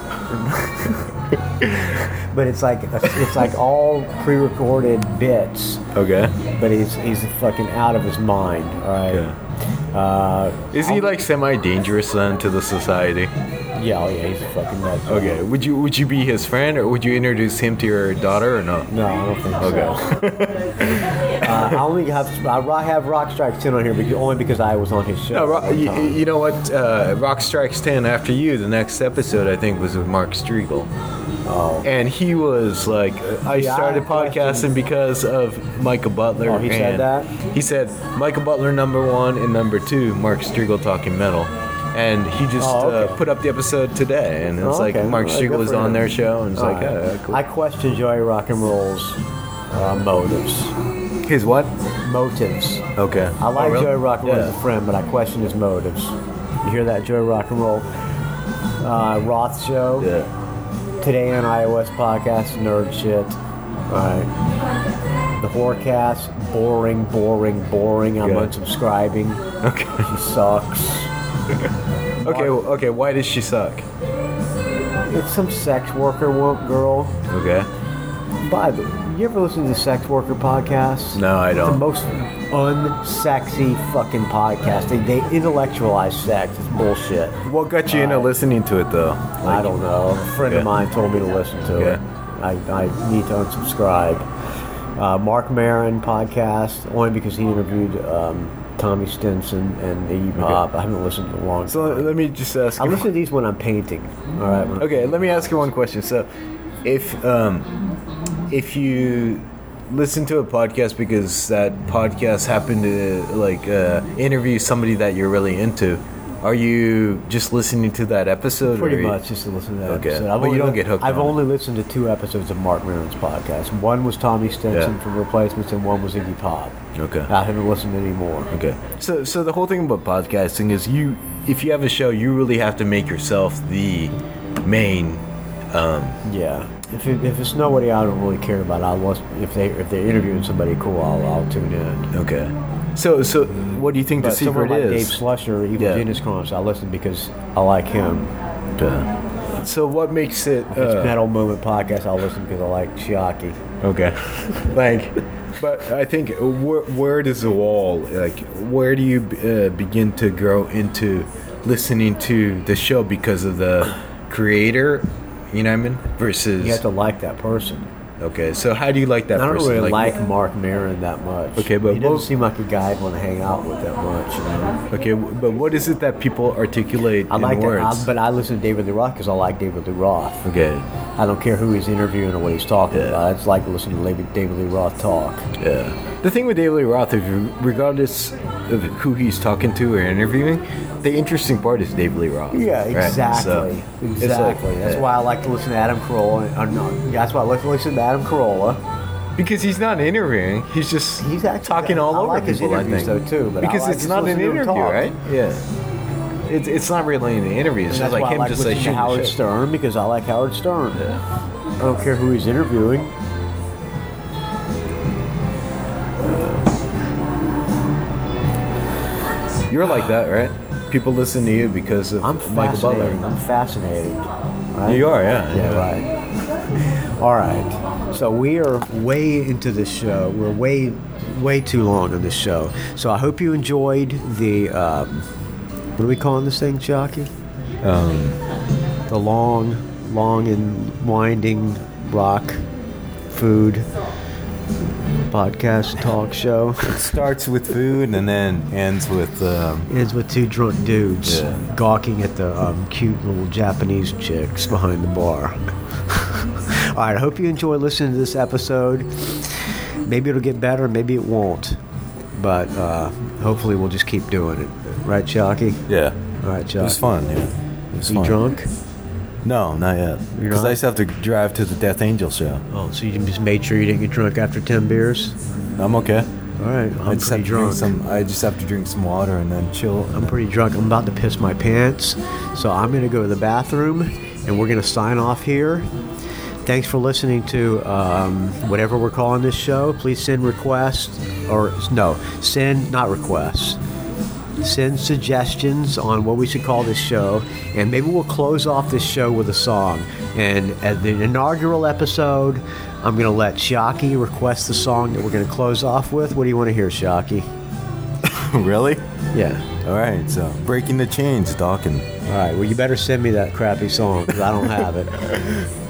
S1: but it's like it's like all pre-recorded bits.
S17: Okay.
S1: But he's he's fucking out of his mind. All right. Uh,
S2: Is he like semi dangerous then to the society?
S1: yeah, oh yeah, he's a fucking nut.
S2: Okay. Would you would you be his friend or would you introduce him to your daughter or no?
S1: No, I don't think so.
S2: Okay.
S1: Uh, I only have I ro- have Rock Strikes Ten on here, because, only because I was on his show.
S2: No, Ro-
S1: one
S2: you,
S1: time.
S2: you know what? Uh, Rock Strikes Ten. After you, the next episode I think was with Mark Striegel. Oh. And he was like, I
S1: Yeah, I
S2: started
S1: have
S2: podcasting
S1: questions.
S2: because of Michael Butler.
S1: Oh, he said
S2: and
S1: that?
S2: He said Michael Butler number one and number two, Mark Striegel talking metal. And he just
S1: Oh, okay.
S2: uh, put up the episode today, and it's
S1: Oh,
S2: like
S1: okay.
S2: Mark
S1: Well, good
S2: Striegel is
S1: for
S2: on
S1: him.
S2: their show, and it's
S1: All
S2: like,
S1: right.
S2: uh, cool.
S1: I question Joey Rock and Roll's uh, motives.
S2: his what?
S1: Motives.
S2: Okay. Oh,
S1: I like Joey Rock and Roll
S2: Yeah.
S1: as a friend, but I question his motives. You hear that, Joey Rock and Roll? Uh, Roth show.
S2: Yeah.
S1: Today on iOS podcast, nerd shit. All right. The Horcast, boring, boring, boring. I'm
S2: Yeah.
S1: unsubscribing. Okay. She sucks.
S2: Okay. Well, okay. Why does she suck?
S1: It's some sex worker wo- girl.
S2: Okay.
S1: By the way, you ever listen to the Sex Worker podcast?
S2: No, I
S1: It's the
S2: don't.
S1: most unsexy fucking podcast. They, they intellectualize sex. It's bullshit.
S2: What got you into listening to it though?
S1: I don't know. A friend
S2: Yeah.
S1: of mine told me to listen to
S2: Yeah.
S1: it. I, I need to unsubscribe. Uh, Mark Marin podcast, only because he interviewed um, Tommy Stinson and Iggy Pop. I haven't listened to it in a long
S2: So uh,
S1: time.
S2: let me just ask.
S1: I
S2: you-
S1: listen to these when I'm painting. All right. when-
S2: Okay, let me ask you one question. So, if um, if you listen to a podcast because that podcast happened to like uh, interview somebody that you're really into, are you just listening to that episode? or
S1: Pretty
S2: are you-
S1: much, just to listen to that
S2: Okay.
S1: episode.
S2: But you
S1: only
S2: don't
S1: li-
S2: get hooked
S1: I've
S2: on it.
S1: only listened to two episodes of Mark Maron's podcast. One was Tommy Stinson
S2: Yeah.
S1: from Replacements, and one was Iggy Pop.
S2: Okay.
S1: I haven't listened to any more.
S2: Okay. So so the whole thing about podcasting is you if you have a show, you really have to make yourself the main. Um,
S1: Yeah. If, it, if it's nobody I don't really care about, I'll listen. If they if they're interviewing somebody cool, I'll, I'll tune in.
S2: okay. So so what do you think
S1: But
S2: the
S1: someone
S2: secret
S1: like
S2: is?
S1: Dave Slusher, even
S2: Yeah.
S1: Dennis Cronus, I listen because I like him.
S2: Uh, so what makes it?
S1: It's
S2: uh,
S1: Metal Moment podcast. I'll listen because I like Shiaki.
S2: Okay. like, but I think where, where does the wall, like, where do you uh, begin to grow into listening to the show because of the creator, you know what I mean? Versus.
S1: You have to like that person.
S2: okay, so how do you like that
S1: I don't
S2: person?
S1: really like, Mark Maron that much.
S2: Okay, but
S1: he doesn't
S2: what-
S1: seem like a guy I'd want to hang out with that much. You know?
S2: Okay, w- but what is it that people articulate
S1: I
S2: in
S1: like that,
S2: words?
S1: I, but I listen to David Lee Roth because I like David Lee Roth.
S2: okay.
S1: I don't care who he's interviewing or what he's talking
S2: Yeah.
S1: about. I just like listening to David David Lee Roth talk.
S2: Yeah. The thing with David Lee Roth is, regardless of who he's talking to or interviewing, the interesting part is David Lee Roth.
S1: Yeah,
S2: right?
S1: exactly,
S2: So, it's like-
S1: exactly. that's
S2: yeah.
S1: why I like to listen to Adam Carolla. Or no, that's why I like to listen to Adam Carolla.
S2: Because he's not interviewing. He's just
S1: He's actually-
S2: talking all
S1: I
S2: over
S1: like his
S2: people. I think
S1: interviews, though, too, but I
S2: because
S1: like
S2: it's
S1: just
S2: not an
S1: listening to him
S2: interview,
S1: talk.
S2: right? Yeah. It's it's not really an interview. It's
S1: And
S2: just
S1: that's
S2: like
S1: why
S2: him
S1: I like
S2: just like
S1: listening to
S2: shooting
S1: Howard
S2: shit.
S1: Stern because I like Howard Stern.
S2: Yeah.
S1: I don't care who he's interviewing.
S2: You're like that, right? People listen to you because of
S1: I'm
S2: Michael
S1: fascinated.
S2: Butler.
S1: I'm fascinated. Right?
S2: You are, yeah.
S1: Yeah, right. All right. So we are way into this show. We're way, way too long on this show. So I hope you enjoyed the. Um, what are we calling this thing, Jockey? Um, the long, long and winding rock food podcast talk show
S2: It starts with food and then ends with. Um,
S1: ends with two drunk dudes
S2: Yeah.
S1: gawking at the um, cute little Japanese chicks behind the bar. All right, I hope you enjoy listening to this episode. Maybe it'll get better, maybe it won't. But uh, hopefully, we'll just keep doing it. Right, Chalky?
S2: yeah.
S1: All right,
S2: It
S1: Chalky.
S2: was fun. Yeah. It was
S1: You
S2: fun.
S1: drunk?
S2: No, not yet.
S1: You're
S2: Because
S1: not?
S2: I still have to drive to the Death Angel show.
S1: Oh, so you just made sure you didn't get drunk after 10 beers?
S2: I'm okay.
S1: All right,
S2: I
S1: I'm
S2: just have
S1: pretty
S2: to drink
S1: drunk.
S2: some. I just have to drink some water and then chill.
S1: I'm pretty drunk. I'm about to piss my pants. So I'm going to go to the bathroom and we're going to sign off here. Thanks for listening to um, whatever we're calling this show. Please send requests or no, send not requests.
S18: send suggestions on what we should call this show, and maybe we'll close off this show with a song. And at the inaugural episode, I'm going to let Shockey request the song that we're going to close off with. What do you want to hear, Shockey?
S2: really?
S18: Yeah.
S2: All right. So breaking the chains, Dawkins.
S18: All right. Well, you better send me that crappy song 'cause I don't have it.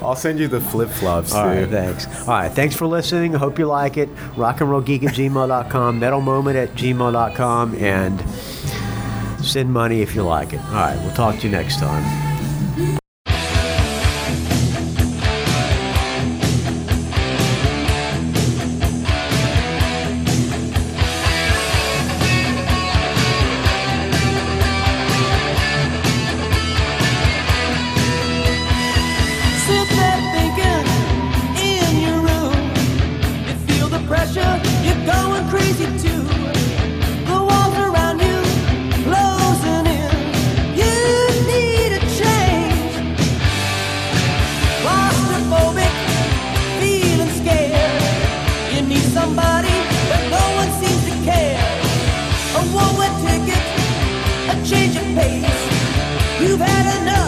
S2: I'll send you the flip flops
S18: All right,
S2: too.
S18: thanks. All right, thanks for listening. Hope you like it. Rock and roll geek at gmail.com, metal moment at gmail.com, and send money if you like it. All right, we'll talk to you next time.
S19: Sit there thinking in your room. You feel the pressure, you're going crazy too. The walls around you closing in. You need a change. Claustrophobic, feeling scared. You need somebody, but no one seems to care. A one-way ticket, a change of pace. You've had enough.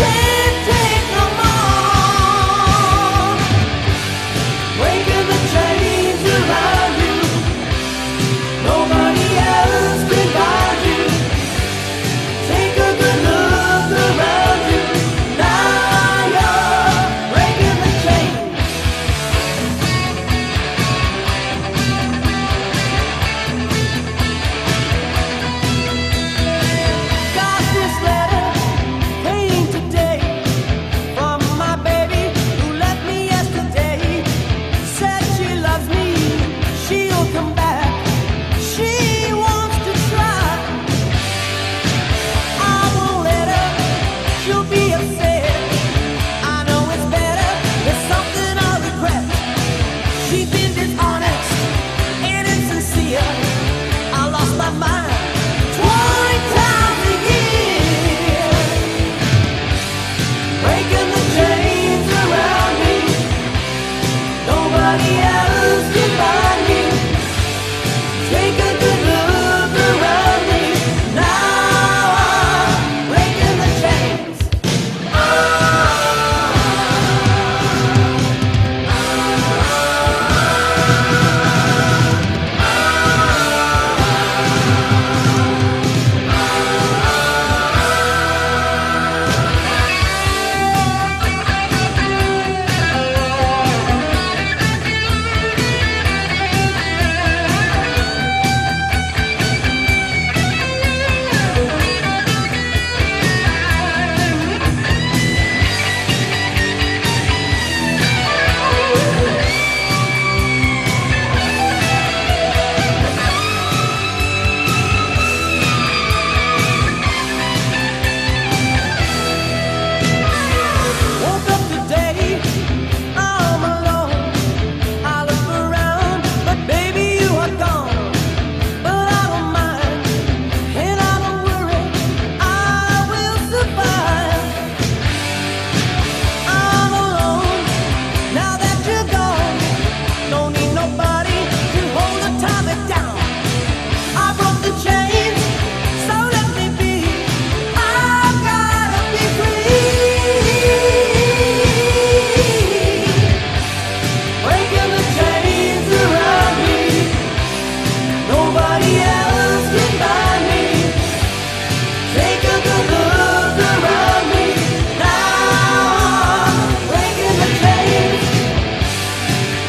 S19: Can't take no more. Breaking the chains around you. Nobody else could guide you. Take a good look around you. Now you're breaking the chains. Got this letter came today from my baby who left me yesterday. Said she loves me, she'll come back. She wants to try. I won't let her, she'll be upset. I know it's better, there's something I regret. She's been dishonest and insincere. I lost my mind. 20 times a year. Breaking the chains around me. Nobody else can find me. Take a good look around me. Now I'm breaking the chains. Ah. Woke up today, I'm alone. I look around, but baby, you are gone. But I don't mind, and I don't worry. I will survive. I'm alone now that you're gone. Don't need nobody to hold the time down. I broke the chains, so let me be. I gotta be free. Breaking the chains around me. Nobody else can bind me. Take a good look around me. Now I'm breaking the chains.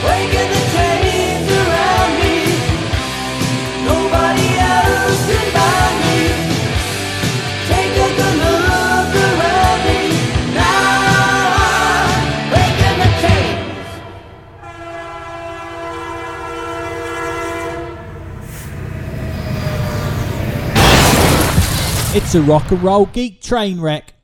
S19: Breaking the chains around me. Nobody else can buy me. Take a good look around me. Now I'm breaking the chains.
S20: It's a rock and roll geek train wreck.